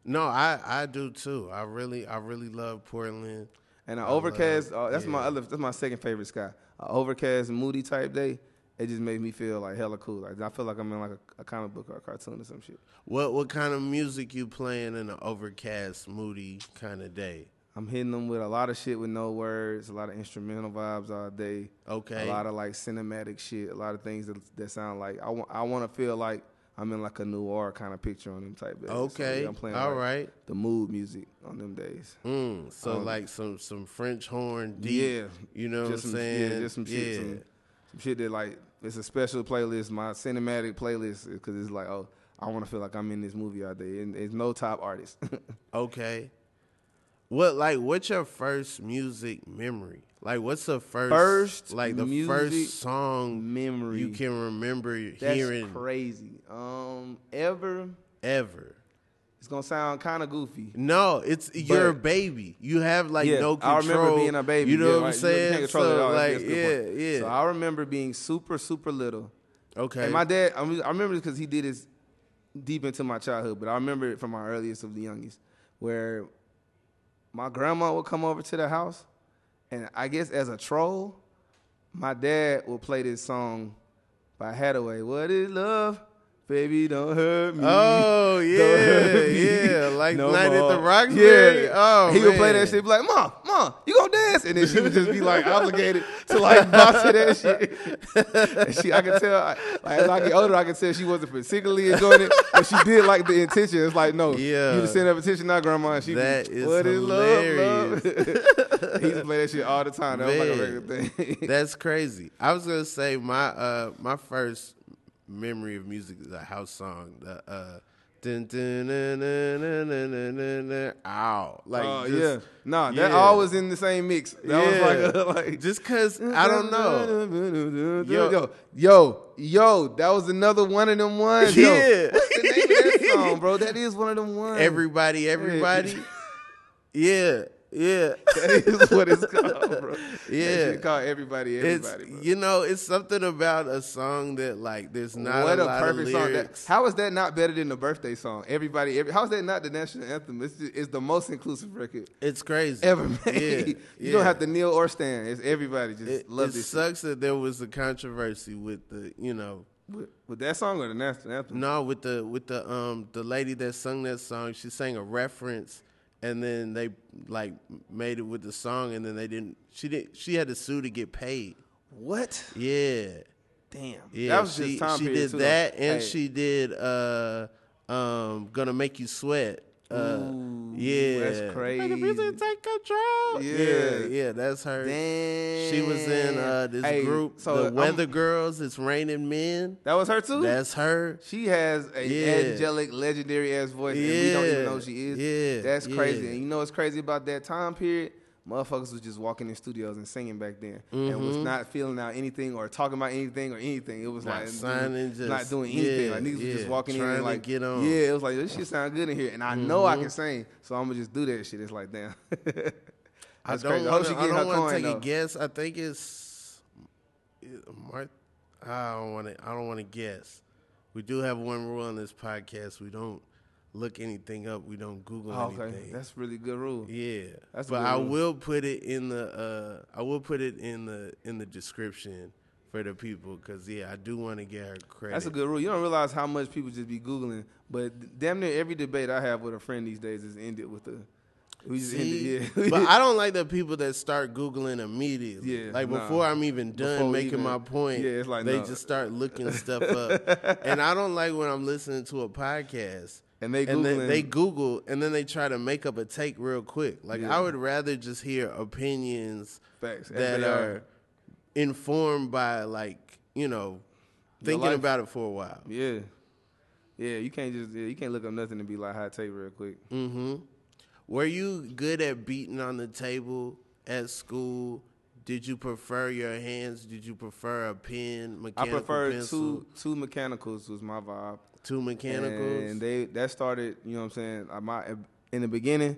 no, I I do too. I really I really love Portland.
And an
I love-
overcast, uh, that's my
yeah.
other, that's my second favorite sky. An overcast, moody type day, it just made me feel like hella cool. Like I feel like I'm in like a, a comic book or a cartoon or some shit.
What what kind of music you playing in an overcast, moody kind of day?
I'm hitting them with a lot of shit with no words, a lot of instrumental vibes all day.
Okay.
A lot of like cinematic shit, a lot of things that, that sound like I want. I want to feel like I'm in like a noir kind of picture on them type. Days. So,
Okay.
yeah, I'm playing
All
like,
right.
the mood music on them days.
Mm, so like some some French horn deep.
um, Yeah.
You know
just
what I'm
some,
saying?
Yeah, just some shit,
Yeah.
some, some shit that like it's a special playlist. My cinematic playlist because it's like oh. I want to feel like I'm in this movie all day, and it's no top artist.
Okay. What like what's your first music memory? Like what's the first
First
like the
music
first song
Memory
you can remember
that's
hearing
crazy. Um, ever
ever?
It's gonna sound kind of goofy.
No, it's you're a
But-
baby. You have like
yeah,
no
I
control.
remember being a baby.
You know
yeah,
what I'm
right. You
saying?
can't control it
so
all.
like
That's a
yeah,
good point.
yeah.
So I remember being super, super little.
okay.
And my dad, I, mean, I remember because he did this deep into my childhood, but I remember it from my earliest of the youngest, where my grandma would come over to the house, and I guess as a troll, my dad would play this song by Hathaway. What is love? Baby, don't hurt me.
Oh
Don't
yeah,
hurt me
yeah, like
no
Night at the
more.
Roxbury.
Yeah.
Oh,
he would play
man.
that shit, be like, "Mom, mom, you gonna dance?" And then she would just be like obligated to like bounce to that shit. And she, I could tell, I, like, as I get older, I could tell she wasn't particularly enjoying it, but she did like the intention. It's like, no,
Yeah.
you the center of attention now, grandma. And she,
That
be,
is
what is love, love? he used to play that shit all the time. That was like a
Man.
regular thing.
That's crazy. I was gonna say my uh my first memory of music is a house song. The uh dun, dun, dun, dun, dun, dun, dun, dun, dun. ow. Like
Oh
just,
yeah, nah, that
yeah.
all was in the same mix. That was
Yeah.
like, like
just cause I don't know.
Yo, yo, yo, yo, that was another one of them ones. Yo,
Yeah.
What's the name of that song, bro? That is one of them ones.
Everybody, everybody. Yeah, yeah.
that is what it's called, bro.
Yeah.
That shit called everybody,
It's
everybody. bro.
you know, it's something about a song that like there's not
what
a,
a,
lot
perfect
of
song! That,
lyrics.
how is that not better than the birthday song? Everybody, every, how is that not the national anthem? It's, just, it's the most inclusive record
It's crazy.
ever made.
Yeah,
you don't
yeah.
have to kneel or stand. It's everybody just
It,
love
it
this.
sucks that there was a controversy with the, you know,
shit. With, with that song or the national anthem?
no, with the with the um the lady that sung that song. She sang a reference, and then they like made it with the song, and then they didn't. She didn't. She had to sue to get paid.
What?
Yeah,
Damn.
yeah.
that was
she
just time
she
period
did
too, though.
that, and
Hey.
she did uh um gonna make you sweat. Uh,
Ooh,
yeah,
that's
Make the music
crazy.
take control.
Yeah.
yeah, yeah, that's her.
Damn.
She was in uh, this
Hey,
group,
So
the
I'm-
Weather Girls. It's raining men.
That was her too.
That's her.
she has a
Yeah.
angelic, legendary ass voice, and we don't even
Yeah.
know who she is.
Yeah.
that's
Yeah.
crazy. And you know what's crazy about that time period? Motherfuckers was just walking in studios and singing back then, and was not feeling out anything or talking about anything or anything. It was
Mm-hmm. Not
like
signing,
dude,
just-
not doing anything.
yeah,
like niggas was
yeah.
just walking in
Trying to
and like
get on. Mm-hmm.
Yeah, it was like this shit sound good in here, and I know I can sing, so I'm gonna just do that shit. It's like damn.
I
That's
don't
crazy. I hope
want
she
to.
get
I
her
don't want to
coin,
take a
though.
guess. I think it's Mark. I don't want to. I don't want to guess. We do have one rule on this podcast: we don't look anything up. We don't Google
Oh, okay,
anything.
that's really good rule.
yeah,
that's a
but
good
I
rule.
will put it in the. Uh, I will put it in the in the description for the people because yeah, I do want to get her credit.
That's a good rule. You don't realize how much people just be googling, but damn near every debate I have with a friend these days is ended with a. We just
See?
ended, yeah.
but I don't like the people that start googling immediately.
Yeah,
like
nah.
before I'm even done
Before we
making
even-
my point,
Yeah, it's like,
they
no.
just start looking stuff up. and I don't like when I'm listening to a podcast
And they
and then
Googling.
they Google and then they try to make up a take real quick. Like
Yeah.
I would rather just hear opinions
Facts, as
that
they
are,
are.
informed by like you know thinking
life.
about it for a while.
yeah, yeah. You can't just yeah, you can't look up nothing and be like hot take real quick.
Mm-hmm. Were you good at beating on the table at school? Did you prefer your hands? Did you prefer a pen,
I
mechanical
prefer
pencil,
two two mechanicals was my vibe.
two mechanicals?
And they that started, you know what I'm saying? I might in the beginning,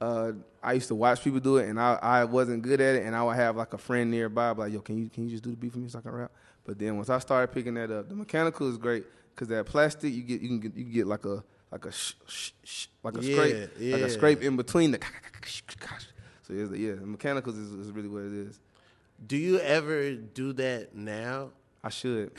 uh, I used to watch people do it and I, I wasn't good at it and I would have like a friend nearby be like, yo, can you can you just do the beat for me so I can rap? But then once I started picking that up, the mechanical is great because that plastic you get you can get you can get like a like a sh- sh- sh- like a
Yeah,
scrape like
yeah.
a scrape in between the so yeah, the- yeah the mechanicals is, is really what it is.
do you ever do that now?
I should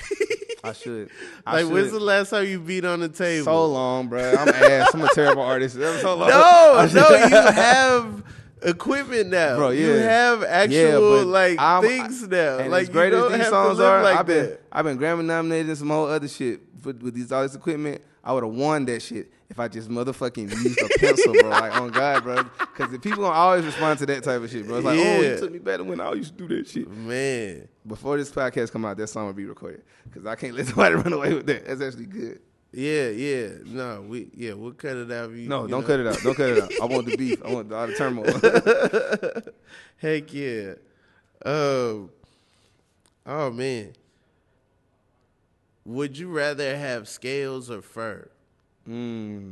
I should I
Like, when's
should.
the last time you beat on the table?
so long, bro. I'm ass. I'm a terrible artist. That was so long.
no, no, you have equipment now.
Bro,
You
yeah.
have actual
but
like
I'm-
things now.
And
like
as
you
great
don't
as these
have to
songs
live
are,
like
I've been
that.
I've been Grammy nominated and some whole other shit with, with these all this equipment. I would have won that shit if I just motherfucking used a pencil, bro. Like on God, bro. Because the people gonna always respond to that type of shit, bro. It's like, oh,
Yeah.
you took me better when I used to do that shit.
Man,
Before this podcast come out, that song will be recorded because I can't let somebody run away with that. That's actually good.
yeah, yeah, no, we yeah, we'll cut it out. if You,
No,
you
don't
know.
cut it out. Don't cut it out. I want the beef. I want the, all the turmoil.
Heck yeah. Um, oh man. Would you rather have scales or fur?
do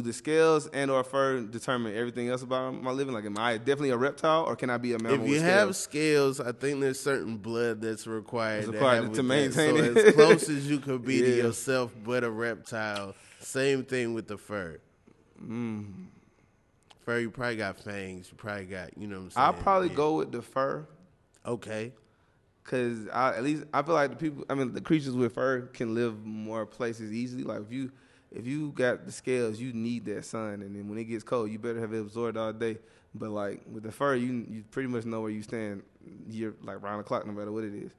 the scales and or fur determine everything else about my living? Like, am I definitely a reptile, or can I be a mammal?
If you
with
have
scales?
scales, I think there's certain blood that's required,
It's required
have
to
with that.
maintain
So
it.
as close as you could be to
Yeah.
yourself, but a reptile. Same thing with the fur.
Mm.
Fur, you probably got fangs. You probably got, you know what I'm saying?
I'll probably
Yeah.
go with the fur
Okay.
because I at least I feel like the people. I mean, the creatures with fur can live more places easily. Like if you if you got the scales, you need that sun, and then when it gets cold, you better have it absorbed all day. But like with the fur, you you pretty much know where you stand. You're like round the clock, no matter what it is.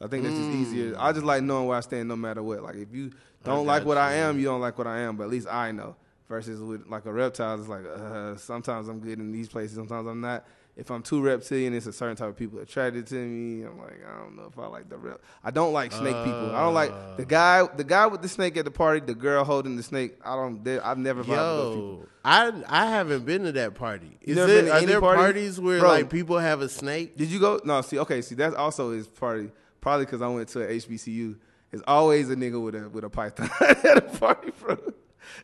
So I think that's
Mm.
just easier. I just like knowing where I stand, no matter what. Like if you don't like
got
what I
you.
am, you don't like what I am. But at least I know. Versus with like a reptile, it's like uh, sometimes I'm good in these places, sometimes I'm not. If I'm too reptilian, it's a certain type of people attracted to me. I'm like, I don't know if I like the rep. I don't like snake people. I don't like the guy, the guy with the snake at the party, the girl holding the snake. I don't. They, I've never vibed with those people.
Yo, I I haven't been to that party. Is
never
there,
been to
are
any
there
party?
parties where
Bro.
like people have a snake?
Did you go? No, see, okay, see, that's also his party. Probably because I went to a HBCU. It's always a nigga with a with a python at a party, bro.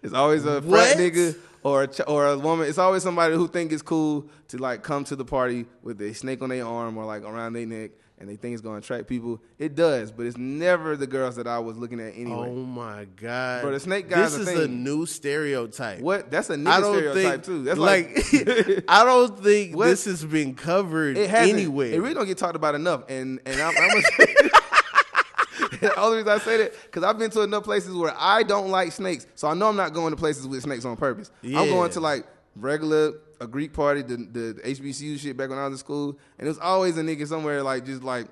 It's always a
What?
frat nigga or a ch- or a woman. It's always somebody who think it's cool to like come to the party with a snake on their arm or like around their neck, and they think it's gonna attract people. It does, but it's never the girls that I was looking at
Oh
anyway.
my god,
Bro, the snake guy's
This
a
is a
thing.
new stereotype.
What? That's a nigga
I don't
stereotype
think
too. That's
like,
like
I don't think
What?
this has been covered
It hasn't.
anywhere.
It really don't get talked about enough. And and I'm, I'm a, the only reason I say that because I've been to enough places where I don't like snakes, so I know I'm not going to places with snakes on purpose.
Yeah.
I'm going to like regular a Greek party, the, the the HBCU shit back when I was in school, and it was always a nigga somewhere like just like.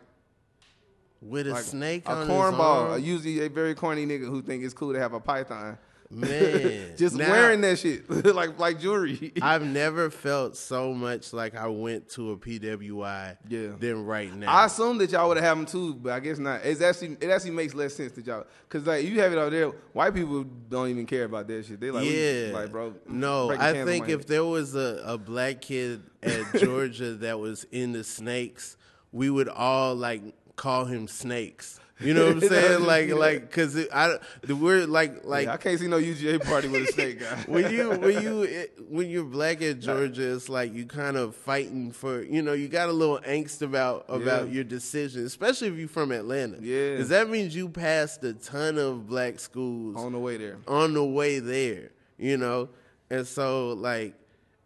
With a
Like
snake
a
on his
cornball, a-
arm,
usually a very corny nigga who think it's cool to have a python.
man.
just
Now,
wearing that shit like like jewelry.
I've never felt so much like I went to a PWI
Yeah.
than right now.
I assume that y'all would have had them too, but I guess not. It's actually it actually makes less sense that y'all because like you have it out there. White people don't even care about that shit. They like we,
yeah,
like bro.
No,
break the
I
cans
think
on my
if
head.
there was a, a black kid at Georgia that was into snakes, we would all like call him snakes. You know what I'm saying? Like,
Yeah.
like, cause it, I the word like like
Yeah, I can't see no UGA party with a snake guy.
when you when you it- when you're black at Georgia, it's like you kind of fighting for you know you got a little angst about about
Yeah.
your decision, especially if you're from Atlanta.
Yeah.
because that means you passed a ton of black schools
on the way there,
on the way there, you know? And so like,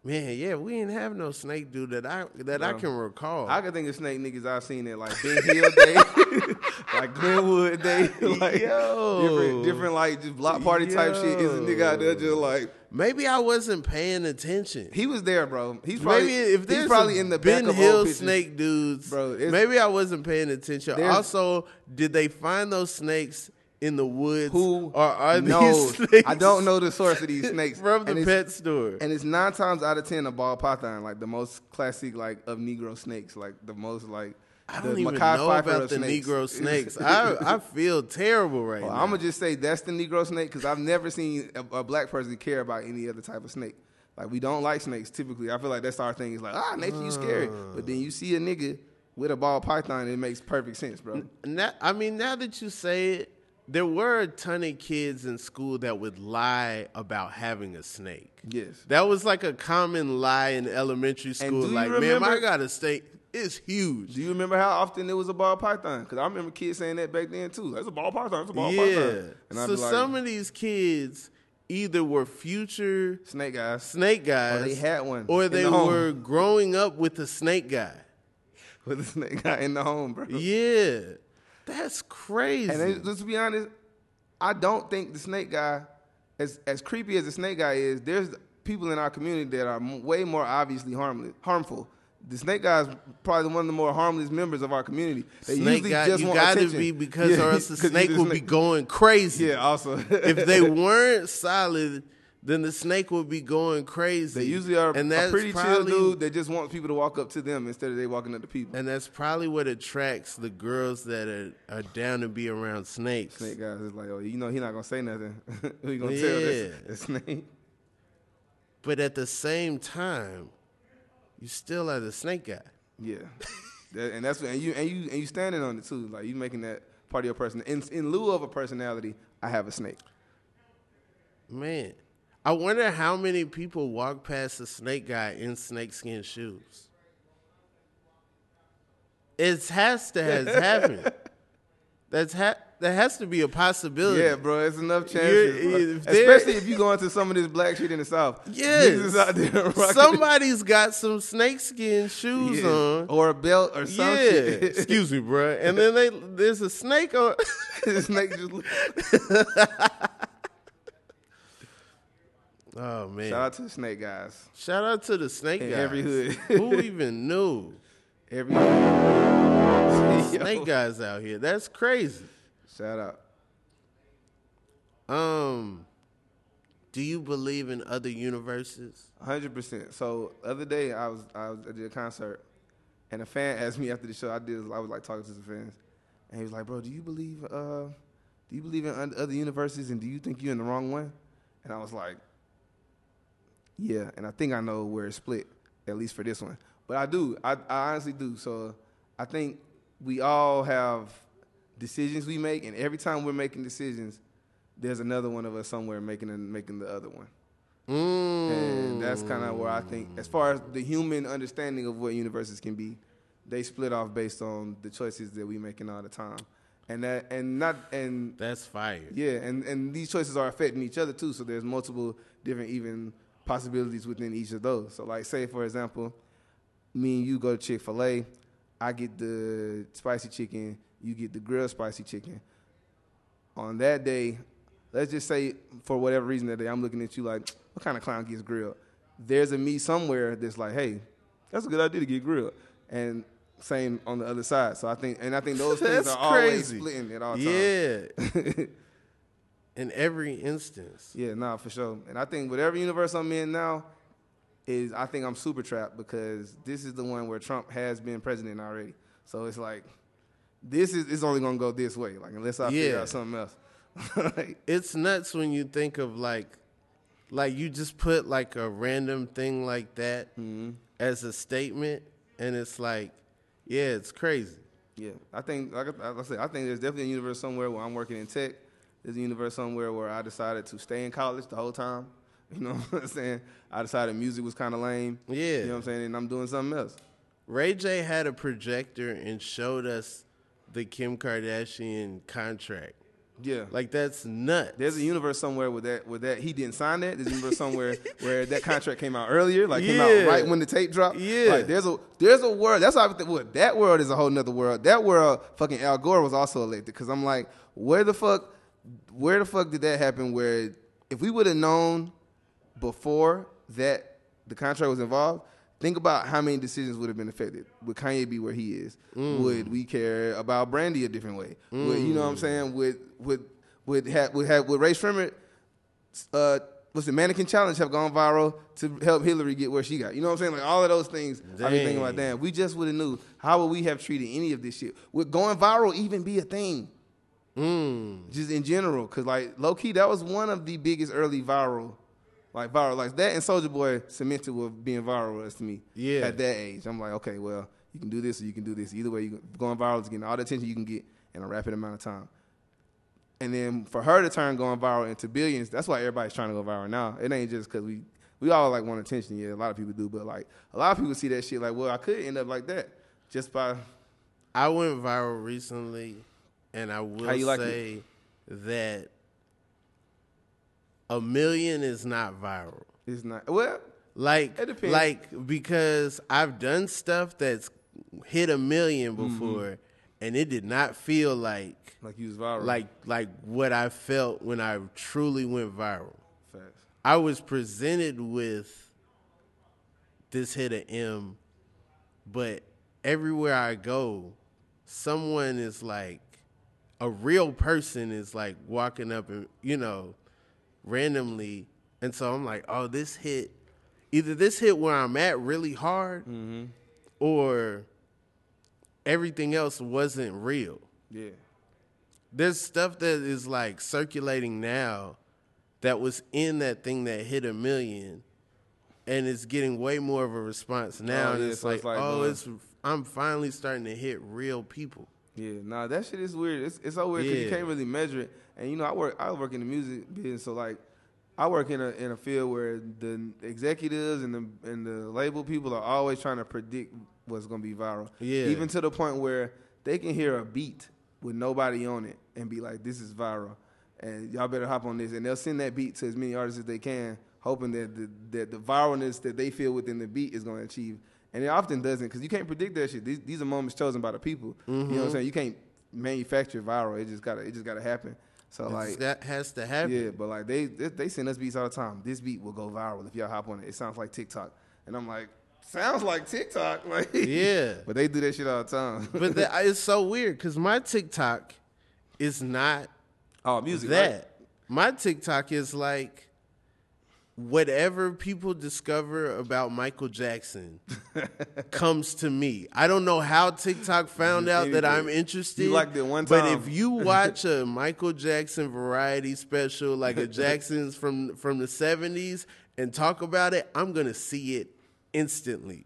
man, yeah, we didn't have no snake dude that I that I
No.
can recall.
I can think of snake niggas I've seen at like Big Hill Day, like Glenwood Day, like
Yo.
different different like just block party type shit. Is a nigga out there
Yo.
just like.
Maybe I wasn't paying attention.
He was there, bro. He's probably
Maybe if there's
he's probably in the
Ben
back of
Hill
old pictures.
snake dudes,
Bro, it's-
maybe I wasn't paying attention.
There's-
Also, did they find those snakes in the woods?
Who
or are
knows?
these snakes
I don't know the source of these snakes
from
And
the
it's-
pet store?
And it's nine times out of ten a ball python, like the most classic, like of Negro snakes, like the most like.
I
the
don't even
Mekhi
know
Phifer
about
of
the
snakes.
Negro snakes. I I feel terrible right
Well,
now.
I'm gonna just say that's the Negro snake because I've never seen a, a black person care about any other type of snake. Like we don't like snakes typically. I feel like that's our thing. It's like ah, nature, you scary. But then you see a nigga with a ball python, it makes perfect sense, bro.
Now, I mean, now that you say it, there were a ton of kids in school that would lie about having a snake.
Yes.
That was like a common lie in elementary school.
do you
Like, man,
remember-
I got a snake. It's huge.
Do you remember how often it was a ball python? Because I remember kids saying that back then too. That's a ball python. That's a ball
yeah.
python. And I'd
So
be like,
some of these kids either were future
snake guys
snake guys,
they had one
or
in
they
the home.
were growing up with a snake guy.
with a snake guy in the home, bro.
Yeah, that's crazy.
And then, let's be honest, I don't think the snake guy, as as creepy as the snake guy is, there's people in our community that are m- way more obviously harmless, harmful. The snake guy is probably one of the more harmless members of our community. They
snake
usually
guy,
just
you
want
gotta
attention.
be because,
Yeah,
or else the
'cause you
snake
just
would be going crazy.
Yeah, also
if they weren't solid, then the snake would be going crazy.
They usually are
and
a
that's
pretty
probably,
chill dude that just wants people to walk up to them instead of they walking up to people.
And that's probably what attracts the girls that are, are down to be around snakes.
Snake guys is like, oh, you know, he not gonna say nothing. Who you gonna
Yeah.
tell? This, this snake.
But at the same time, you still are the snake guy.
Yeah, That- and that's and you and you and you standing on it too. Like you making that part of your person. In in lieu of a personality, I have a snake.
Man, I wonder how many people walk past the snake guy in snakeskin shoes. It has to has happened. That's ha- that has to be a possibility.
Yeah, bro, it's enough
You're-
chances.
if
bro.
there-
Especially if you go into some of this black shit in the south.
Yes.
Niggas is out there rocking
Somebody's got some snakeskin shoes
Yeah.
on.
or a belt or some
yeah.
shit.
Excuse me, bruh. And then they there's a snake on.
The snake just look-
oh man.
shout out to the snake guys
Shout out to the snake
in
guys.
every hood.
Who even knew?
Every
Snake guys out here. That's crazy.
Shout out.
Um do you believe in other universes?
hundred percent. So the other day I was I was I did a concert, and a fan asked me after the show. I did I was like talking to some fans, and he was like, "Bro, do you believe uh, do you believe in un- other universes, and do you think you're in the wrong one?" And I was like, "Yeah," and I think I know where it's split, at least for this one. But I do, I, I honestly do. So I think we all have decisions we make, and every time we're making decisions, there's another one of us somewhere making making the other one. And
Mm.
that's kind of where I think, as far as the human understanding of what universes can be, they split off based on the choices that we making all the time, and that and not and
That's fire.
yeah, and and these choices are affecting each other too. So there's multiple different even possibilities within each of those. So like, say for example, me and you go to Chick Fil A, I get the spicy chicken, you get the grilled spicy chicken on that day, let's just say for whatever reason that day, I'm looking at you like, what kind of clown gets grilled? There's a me somewhere that's like, hey, that's a good idea to get grilled, and same on the other side. So I think, and I think those things
That's
are always
crazy.
splitting at all times.
Yeah. in every instance.
Yeah, nah, for sure. And I think whatever universe I'm in now is, I think I'm super trapped because this is the one where Trump has been president already. So it's like, this is it's only gonna go this way. Like unless I figure
Yeah.
out something else. like,
it's nuts when you think of like like you just put like a random thing like that
Mm-hmm.
as a statement and it's like yeah it's crazy
Yeah, I think like I, like I said, I think there's definitely a universe somewhere where I'm working in tech. There's a universe somewhere where I decided to stay in college the whole time. You know what I'm saying? I decided music was kind of lame.
Yeah.
you know what I'm saying, and I'm doing something else.
ray j had a projector and showed us the kim kardashian contract
Yeah,
like that's nuts
there's a universe somewhere where that where that he didn't sign that. There's a universe somewhere where that contract came out earlier, like came
Yeah.
out right when the tape dropped.
Yeah.
like, there's a there's a world. That's how I think. What that world is a whole nother world. That world, fucking Al Gore was also elected because I'm like, where the fuck, where the fuck did that happen? Where if we would have known before that the contract was involved. Think about how many decisions would have been affected. Would Kanye be where he is? Would we care about Brandy a different way? Would, you know what I'm saying? Would would would have would have would Ray Shrimmer uh, what's the mannequin challenge have gone viral to help Hillary get where she got. You know what I'm saying? Like all of those things. I've been thinking about.
Dang.
Damn, we just would have knew. How would we have treated any of this shit? Would going viral even be a thing?
Hmm.
Just in general, because like low key, that was one of the biggest early viral like viral likes. That and Soldier Boy cemented with being viral as to me.
Yeah.
At that age, I'm like, okay, well, you can do this or you can do this. Either way, you going viral is getting all the attention you can get in a rapid amount of time. And then for her to turn going viral into billions, that's why everybody's trying to go viral now. It ain't just because we we all like want attention. Yeah, a lot of people do, but like a lot of people see that shit like, well, I could end up like that just by
I went viral recently, and I will
How you like
say that a million is not viral.
it's not well.
Like,
It depends.
like because I've done stuff that's hit a million
Mm-hmm.
before, and it did not feel like
Like you was viral.
like like what I felt when I truly went viral.
facts.
I was presented with this hit a M, but everywhere I go, someone is like, a real person is like walking up and, you know, randomly. And so I'm like, oh, this hit, either this hit where I'm at really hard or everything else wasn't real
Yeah.
there's stuff that is like circulating now that was in that thing that hit a million and it's getting way more of a response now
Oh,
and
yeah,
it's,
so
like,
it's like,
oh
uh,
it's i'm finally starting to hit real people
Yeah, nah, that shit is weird. It's it's so weird because you
Yeah.
can't really measure it. And you know, I work I work in the music business, so like, I work in a in a field where the executives and the and the label people are always trying to predict what's gonna be viral.
Yeah.
even to the point where they can hear a beat with nobody on it and be like, "This is viral," and y'all better hop on this. And they'll send that beat to as many artists as they can, hoping that the that the viralness that they feel within the beat is gonna achieve. And it often doesn't because you can't predict that shit. These, these are moments chosen by the people. You
Mm-hmm.
know what I'm saying? You can't manufacture viral. It just gotta it just gotta happen. So like
that has to happen
yeah, but like they, they they send us beats all the time. This beat will go viral if y'all hop on it. It sounds like TikTok, and I'm like, sounds like TikTok, like
Yeah.
But they do that shit all the time.
but that, it's so weird because my tiktok is not
oh, music
that
right?
my tiktok is like whatever people discover about michael jackson comes to me i don't know how tiktok found out that i'm
Anything.
interested
You liked it one
but
time.
if you watch a michael jackson variety special like a jackson's from from the 70s and talk about it i'm gonna see it instantly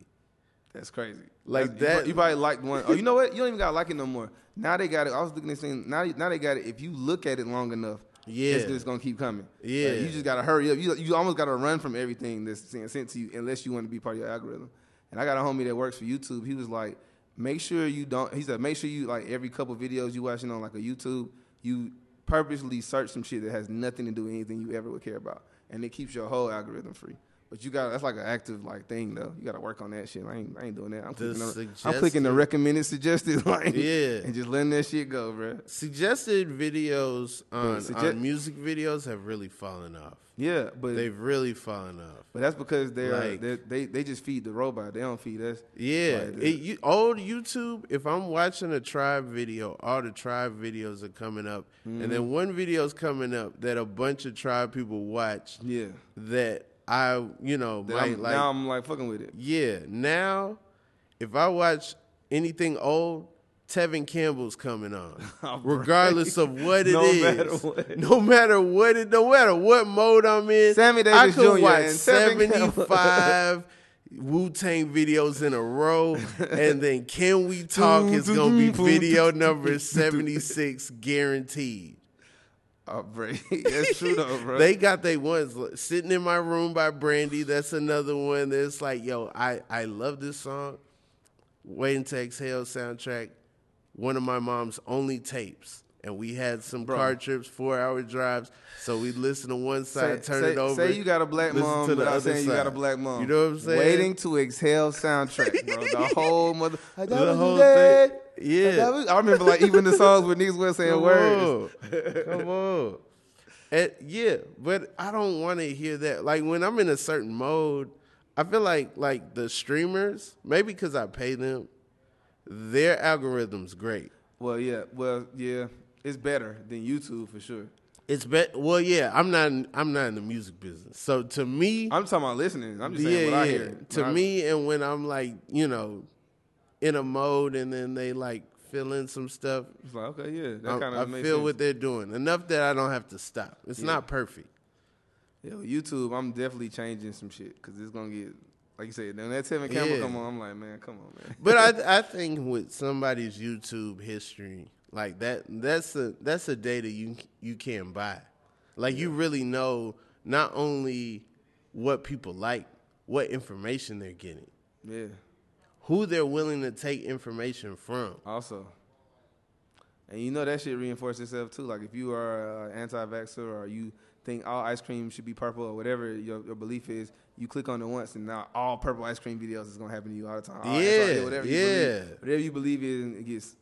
That's crazy.
Like
That's- you pro-
that-
You, probably liked one. Oh, you know what? You don't even gotta like it no more. Now they got it. I was looking at this thing. Now, now they got it. If you look at it long enough,
Yeah.
it's just gonna keep coming. Like,
Yeah.
you just gotta hurry up. You you almost gotta run from everything that's sent sent to you, unless you want to be part of your algorithm. And I got a homie that works for YouTube. He was like, make sure you don't. He said, make sure you like every couple videos you watching on like a YouTube, you purposely search some shit that has nothing to do with anything you ever would care about, and it keeps your whole algorithm free. But you got to that's like an active like thing though. You got to work on that shit. I ain't, I ain't doing that. I'm
The
clicking, on, I'm clicking the
suggested-
recommended suggested like
Yeah.
and just letting that shit go, bro.
suggested videos on,
sugge-
on music videos have really fallen off
Yeah, but
they've really fallen off
but that's because they're,
Like-
they're they they just feed the robot. They don't feed us.
Yeah,
Like,
it, you, old YouTube. If I'm watching a tribe video, all the tribe videos are coming up, and
Mm-hmm.
then one video's coming up that a bunch of tribe people watch
yeah.
that I, you know,
That
might
I'm-
like.
now I'm like fucking with it.
yeah, now if I watch anything old, Tevin Campbell's coming on,
Oh, bro.
regardless of what it is.
No matter what.
no matter what it, no matter what mode I'm in.
Sammy
I
Davis
could
Jr.
watch
and Tevin Campbell.
75 Wu Tang videos in a row, and then Can We Talk is gonna be video number 76 guaranteed.
Oh, bro. that's true though, bro.
They got they ones Look, sitting in my room by Brandy. That's another one that's like, yo, I I love this song. Waiting to Exhale soundtrack, one of my mom's only tapes. And we had some car trips, four hour drives. So we listen to one side, turn
say,
it over.
Say you got a black
listen
mom
to the
without
other
saying you got a
side.
black mom.
You know what I'm saying?
Waiting to exhale soundtrack, bro. The whole mother. I
The
thought was
whole
dead.
thing.
I
Yeah.
thought was- I remember like even the songs where niggas wasn't saying
Come
words.
on. Come on. And, yeah, but I don't want to hear that. Like when I'm in a certain mode, I feel like like the streamers, maybe because I pay them, their algorithm's great.
Well, yeah. Well, yeah. It's better than YouTube for sure.
It's bet. Well, yeah, I'm not. In, I'm not in the music business, so to me,
I'm talking about listening. I'm just
yeah,
saying what I
yeah.
hear.
To
When I-
me, and when I'm like, you know, in a mode, and then they like fill in some stuff,
it's like okay, yeah. That
I,
kind
I
of
feel
makes sense.
what they're doing enough that I don't have to stop. It's not perfect,
Yo, YouTube, I'm definitely changing some shit because it's gonna get like you said. When that Tevin Campbell
Yeah.
come on, I'm like, man, come on, man.
But I I think with somebody's YouTube history like that that's a that's a data you you can't buy. Like you really know not only what people like, what information they're getting,
yeah.
who they're willing to take information from.
Also, and you know that shit reinforces itself too. Like if you are an anti-vaxxer or you think all ice cream should be purple or whatever your, your belief is, you click on it once and now all purple ice cream videos is gonna happen to you all the time. All
Yeah,
SRA, whatever You
yeah.
believe, whatever you believe in, it gets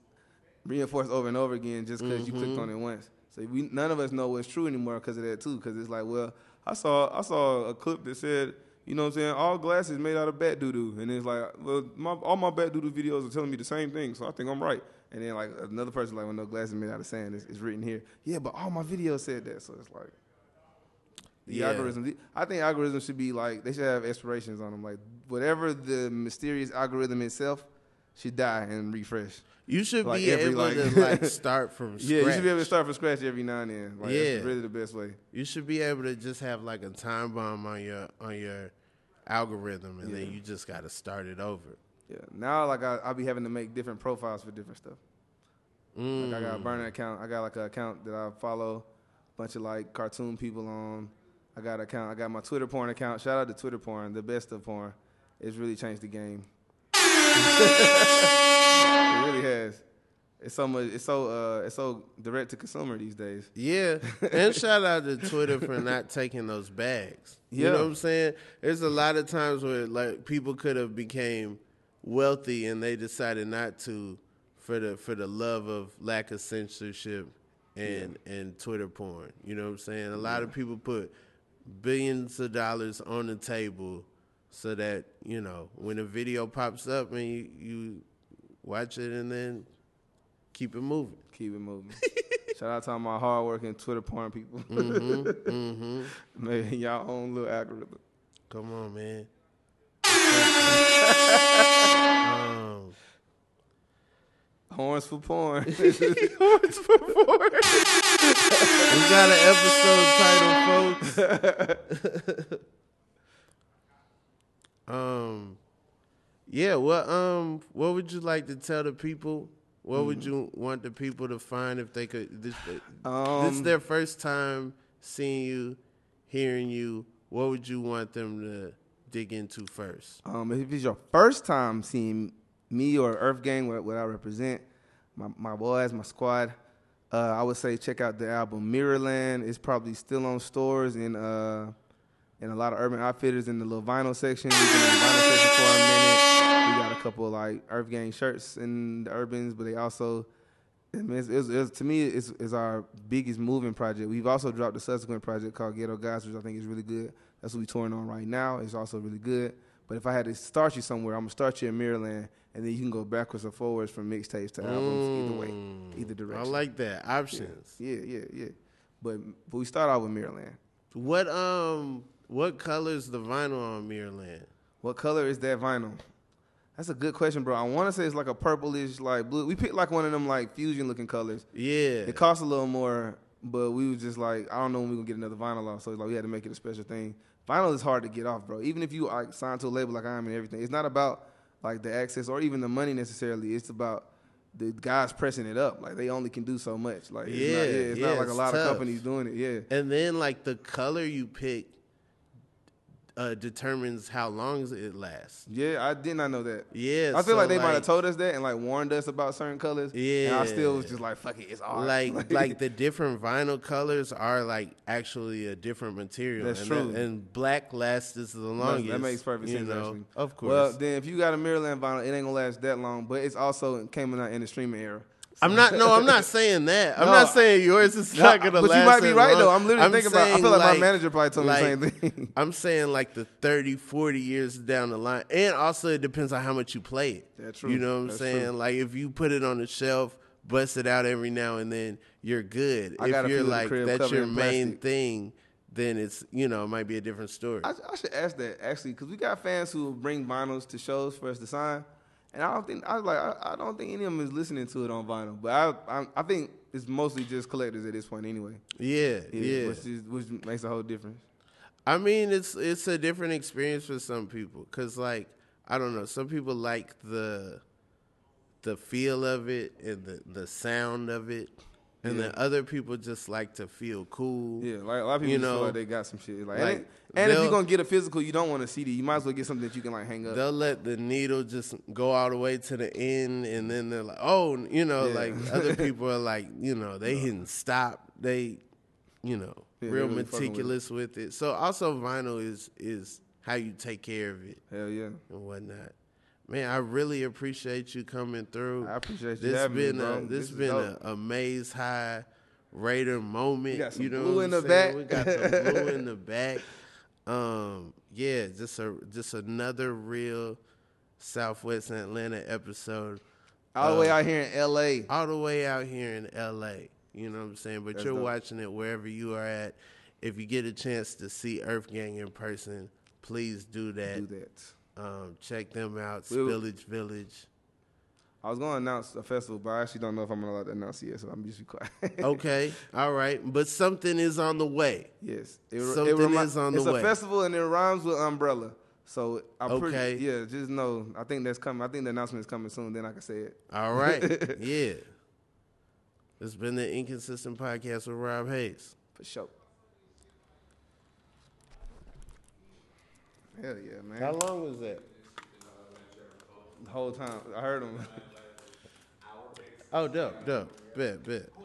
reinforced over and over again just because you clicked on it once. So we none of us know what's true anymore because of that too. Because it's like, well, I saw I saw a clip that said, you know what I'm saying, all glass is made out of bat doo doo, and it's like, well, my, all my bat doo doo videos are telling me the same thing, so I think I'm right. And then like another person like, well, no glass is made out of sand. It's, it's written here. Yeah, but all my videos said that, so it's like. The
Yeah.
algorithm. I think algorithms should be like they should have expirations on them. Like whatever the mysterious algorithm itself should die and refresh.
You should
Like
be
every,
able
like-
to like start from scratch.
Yeah, you should be able to start from scratch every now and then. Like,
Yeah.
that's really the best way.
You should be able to just have like a time bomb on your on your algorithm, and then you just got to start it over.
Yeah. Now, like, I, I'll be having to make different profiles for different stuff.
Mm.
Like, I got a burner account. I got, like, an account that I follow a bunch of, like, cartoon people on. I got an account. I got my Twitter porn account. Shout out to Twitter porn, the best of porn. It's really changed the game. it really has. It's so much. It's so. Uh, it's so direct to consumer these days.
Yeah, and shout out to Twitter for not taking those bags. You
Yeah.
know what I'm saying? There's a lot of times where like people could have became wealthy and they decided not to for the for the love of lack of censorship and and Twitter porn. You know what I'm saying? A lot of people put billions of dollars on the table so that you know when a video pops up and you you watch it and then keep it moving.
Keep it moving. Shout out to all my hardworking Twitter porn people.
Mm-hmm.
Maybe y'all own little algorithm.
Come on, man. um,
Horns for porn.
we got an episode title, folks. um, yeah. What um, what would you like to tell the people? What
Hmm.
would you want the people to find if they could? This, this is
Um,
their first time seeing you, hearing you. What would you want them to dig into first?
um, if it's your first time seeing me or Earth Gang, what, what I represent, my, my boys, my squad, uh, I would say check out the album Mirrorland. It's probably still on stores and uh, and a lot of Urban Outfitters in the little vinyl section. We've been in the vinyl section for a minute. We got a couple of like Earth Gang shirts in the Urbans, but they also I mean, it's, it's, it's, to me, it's, it's our biggest moving project. We've also dropped a subsequent project called Ghetto Guys, which I think is really good. That's what we're touring on right now. It's also really good. But if I had to start you somewhere, I'm gonna start you in Maryland, and then you can go backwards or forwards from mixtapes to albums, either
Mm,
way, either
I
direction.
like that options.
yeah, yeah, yeah. But but we start out with Maryland.
What um what color's the vinyl on Mirrorland?
What color is that vinyl? That's a good question, bro. I want to say it's like a purplish, like blue. We picked like one of them like fusion looking colors.
Yeah.
It cost a little more, but we was just like, I don't know when we gonna get another vinyl off. So it's like we had to make it a special thing. Vinyl is hard to get off, bro. Even if you like signed to a label like I am and everything, it's not about like the access or even the money necessarily. It's about the guys pressing it up. Like they only can do so much. Like it's
Yeah,
not, yeah, it's
yeah,
not like a
it's
lot
tough.
of companies doing it. Yeah.
and then like the color you pick uh determines how long it lasts.
Yeah, I did not know that.
Yeah.
I feel
so,
like they might have told us that and like warned us about certain colors. And I still was
Yeah.
just like, fuck it, it's all right.
like like the different vinyl colors are like actually a different material.
That's
and
true.
and black lasts is the
That's-
longest.
That makes perfect
you
sense.
know?
Actually.
Of course.
Well, then if you got a Maryland vinyl, it ain't gonna last that long. But it's also came out in the streaming era.
I'm not. No, I'm not saying that. I'm
No.
not saying yours is
No,
not gonna
but you
last.
might be
that
right,
long.
though. I'm literally thinking about- I
saying,
feel like my manager probably told me the same thing.
I'm saying like the 30, 40 years down the line, and also it depends on how much you play it.
Yeah, true.
You know what I'm
That's
saying?
true.
Like if you put it on the shelf, bust it out every now and then, you're good.
I
if
got a few
you're
in the
like
crib
that's
covered
your
in
main
plastic.
thing, then it's you know it might be a different story.
I, I should ask that actually, because we got fans who bring vinyls to shows for us to sign, and I don't think I like I, I don't think any of them is listening to it on vinyl. But I I, I think it's mostly just collectors at this point anyway.
yeah, yeah.
which is, which makes a whole difference.
I mean, it's it's a different experience for some people because, like, I don't know, some people like the the feel of it and the the sound of it, and then other people just like to feel cool.
Yeah, like a lot of people
You
just feel
know,
like they got some shit. Like,
like,
and, and if
they'll-
you're gonna get a physical, you don't want a CD. You might as well get something that you can like hang up.
They'll let the needle just go all the way to the end, and then they're like, "Oh, you know,"
Yeah.
like other people are like, you know, they hitting stop. They, you know,
Yeah, they
real
really fucking with it.
meticulous with it. So also, vinyl is is how you take care of it.
Hell yeah,
and whatnot. Man, I really appreciate you coming through.
I appreciate you
This
having
been
me, bro.
a this
is
been
dope.
a, a maze high Raider moment.
got some
you know
blue
what
in
I'm
the
saying?
back.
We got some blue in the back. Um, yeah, just a just another real Southwest Atlanta episode,
all
Uh,
the way out here in L.A.
all the way out here in L.A. You know what I'm saying? But you're
dope.
watching it wherever you are at. If you get a chance to see Earth Gang in person, please do that.
Do that.
Um, check them out,
We will-
Spillage Village.
I was gonna announce a festival, but I actually don't know if I'm allowed to announce it yet, so I'm just be quiet.
Okay, all right, but something is on the way.
yes, it,
Something
remi-
is on the
it's
way.
a festival and it rhymes with umbrella. So I'm
Okay.
pretty yeah. Just know, I think that's coming. I think the announcement is coming soon. Then I can say it.
All right, yeah. It's been the inconsistent podcast with Rob Hayes.
For sure. Hell yeah, man.
long was that?
the whole time. I heard him.
Oh, dope, dope, bet, bet.